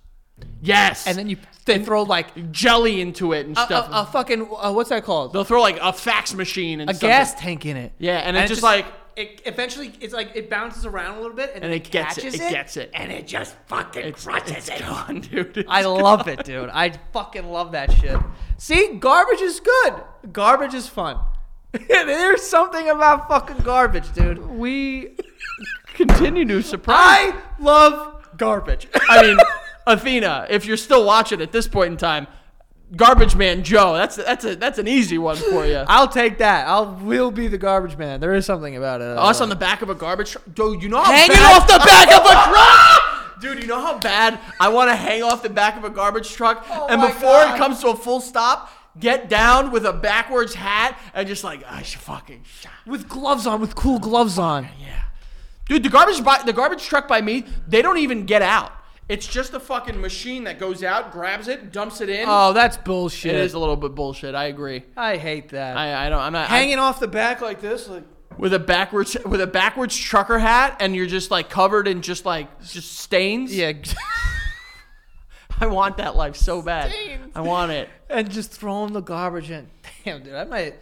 [SPEAKER 3] yes
[SPEAKER 2] and then you they throw like a,
[SPEAKER 3] jelly into it and
[SPEAKER 2] a,
[SPEAKER 3] stuff
[SPEAKER 2] a fucking uh, what's that called?
[SPEAKER 3] they'll throw like a fax machine and
[SPEAKER 2] a
[SPEAKER 3] something.
[SPEAKER 2] gas tank in it.
[SPEAKER 3] yeah and,
[SPEAKER 2] it
[SPEAKER 3] it's just, like
[SPEAKER 2] it eventually it's like it bounces around a little bit and,
[SPEAKER 3] and
[SPEAKER 2] then
[SPEAKER 3] it gets it
[SPEAKER 2] catches
[SPEAKER 3] it gets it
[SPEAKER 1] And it just fucking
[SPEAKER 3] it's,
[SPEAKER 1] crushes
[SPEAKER 3] it's
[SPEAKER 1] it.
[SPEAKER 3] gone <laughs> dude It's
[SPEAKER 2] I love it, dude. I fucking love that shit. See, garbage is good. Garbage is fun. <laughs> There's something about fucking garbage, dude.
[SPEAKER 3] we continue to
[SPEAKER 2] <laughs>
[SPEAKER 3] surprise
[SPEAKER 2] I love garbage. <laughs>
[SPEAKER 3] I mean, Athena, if you're still watching at this point in time, Garbage Man Joe, that's that's a that's an easy one for you.
[SPEAKER 2] I'll take that. I'll will be the garbage man. There is something about it.
[SPEAKER 3] Us on the back of a garbage truck, dude. You know how
[SPEAKER 2] Hanging
[SPEAKER 3] bad-
[SPEAKER 2] off the back of
[SPEAKER 3] <laughs>
[SPEAKER 2] a
[SPEAKER 3] truck, dude. You know how bad I want to hang off the back of a garbage truck, and
[SPEAKER 2] Oh my
[SPEAKER 3] before
[SPEAKER 2] God.
[SPEAKER 3] it comes to a full stop, get down with a backwards hat and just like I should fucking shot.
[SPEAKER 2] with gloves on, with cool gloves on.
[SPEAKER 3] Yeah. Dude, the garbage by, the garbage truck by me, they don't even get out. It's just a fucking machine that goes out, grabs it, dumps it in.
[SPEAKER 2] Oh, that's bullshit.
[SPEAKER 3] it is a little bit bullshit. I agree.
[SPEAKER 2] I hate that.
[SPEAKER 3] I, I don't. I'm not I-
[SPEAKER 2] Hanging off the back like this, like
[SPEAKER 3] with a backwards with a backwards trucker hat, and you're just like covered in just like just stains.
[SPEAKER 2] yeah,
[SPEAKER 3] <laughs>
[SPEAKER 2] <laughs>
[SPEAKER 3] I want that life so bad. I want it.
[SPEAKER 2] <laughs> and just throwing the garbage in. Damn, dude, I might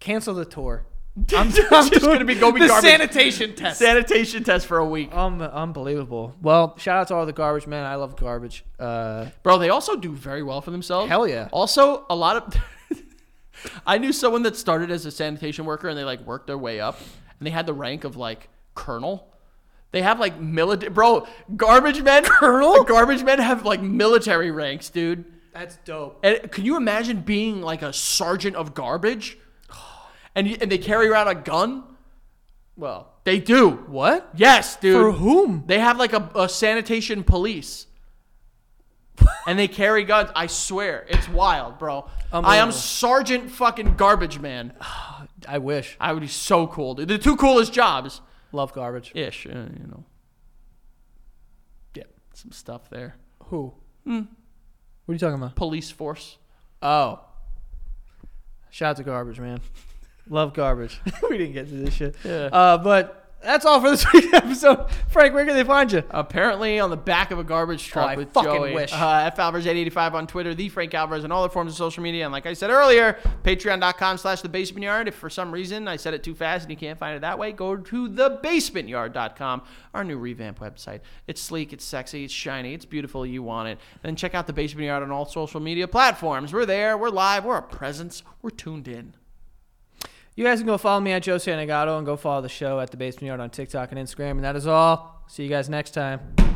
[SPEAKER 2] cancel the tour.
[SPEAKER 3] <laughs> I'm, I'm
[SPEAKER 2] <laughs>
[SPEAKER 3] just gonna be go be
[SPEAKER 2] the
[SPEAKER 3] garbage
[SPEAKER 2] sanitation test.
[SPEAKER 3] sanitation test for a week,
[SPEAKER 2] um, unbelievable. Well, shout out to all the garbage men. I love garbage. Uh,
[SPEAKER 3] bro. They also do very well for themselves.
[SPEAKER 2] Hell yeah.
[SPEAKER 3] Also, a lot of <laughs> I knew someone that started as a sanitation worker and they like worked their way up and they had the rank of like colonel. They have like military, bro. Garbage
[SPEAKER 2] <laughs>
[SPEAKER 3] men, colonel. <laughs> Garbage men have like military ranks, dude.
[SPEAKER 2] That's dope.
[SPEAKER 3] And can you imagine being like a sergeant of garbage? <sighs> And you, and they carry around a gun?
[SPEAKER 2] Well,
[SPEAKER 3] They do.
[SPEAKER 2] what
[SPEAKER 3] Yes, dude.
[SPEAKER 2] for whom?
[SPEAKER 3] They have like a, a sanitation police. and they carry guns. I swear. It's wild, bro. I am
[SPEAKER 2] Unbelievable.
[SPEAKER 3] Sergeant fucking Garbage Man.
[SPEAKER 2] I wish.
[SPEAKER 3] I would be so cool, dude. The two coolest jobs.
[SPEAKER 2] Love garbage.
[SPEAKER 3] Ish, uh, you know. Yeah, some stuff there.
[SPEAKER 2] Who?
[SPEAKER 3] Hmm.
[SPEAKER 2] What are you talking about?
[SPEAKER 3] Police force.
[SPEAKER 2] Oh. Shout out to garbage, man. Love garbage. <laughs> we didn't get to this shit.
[SPEAKER 3] Yeah.
[SPEAKER 2] Uh, but that's all for this <laughs> week's episode. Frank, where can they find you?
[SPEAKER 3] Apparently, on the back of a garbage
[SPEAKER 2] Oh,
[SPEAKER 3] truck
[SPEAKER 2] I
[SPEAKER 3] with
[SPEAKER 2] fucking
[SPEAKER 3] Joey.
[SPEAKER 2] wish.
[SPEAKER 3] Uh, F Alvarez eight eighty five on Twitter, the Frank Alvarez on all the forms of social media, and like I said earlier, Patreon.com slash the Basement Yard. If for some reason I said it too fast and you can't find it that way, go to thebasementyard.com, our new revamped website. It's sleek, it's sexy, it's shiny, it's beautiful. You want it? Then check out the Basement Yard on all social media platforms. We're there, we're live, we're a presence, we're tuned in.
[SPEAKER 2] You guys can go follow me at Joe Sanagato and go follow the show at the Basement Yard on TikTok and Instagram. And that is all. See you guys next time.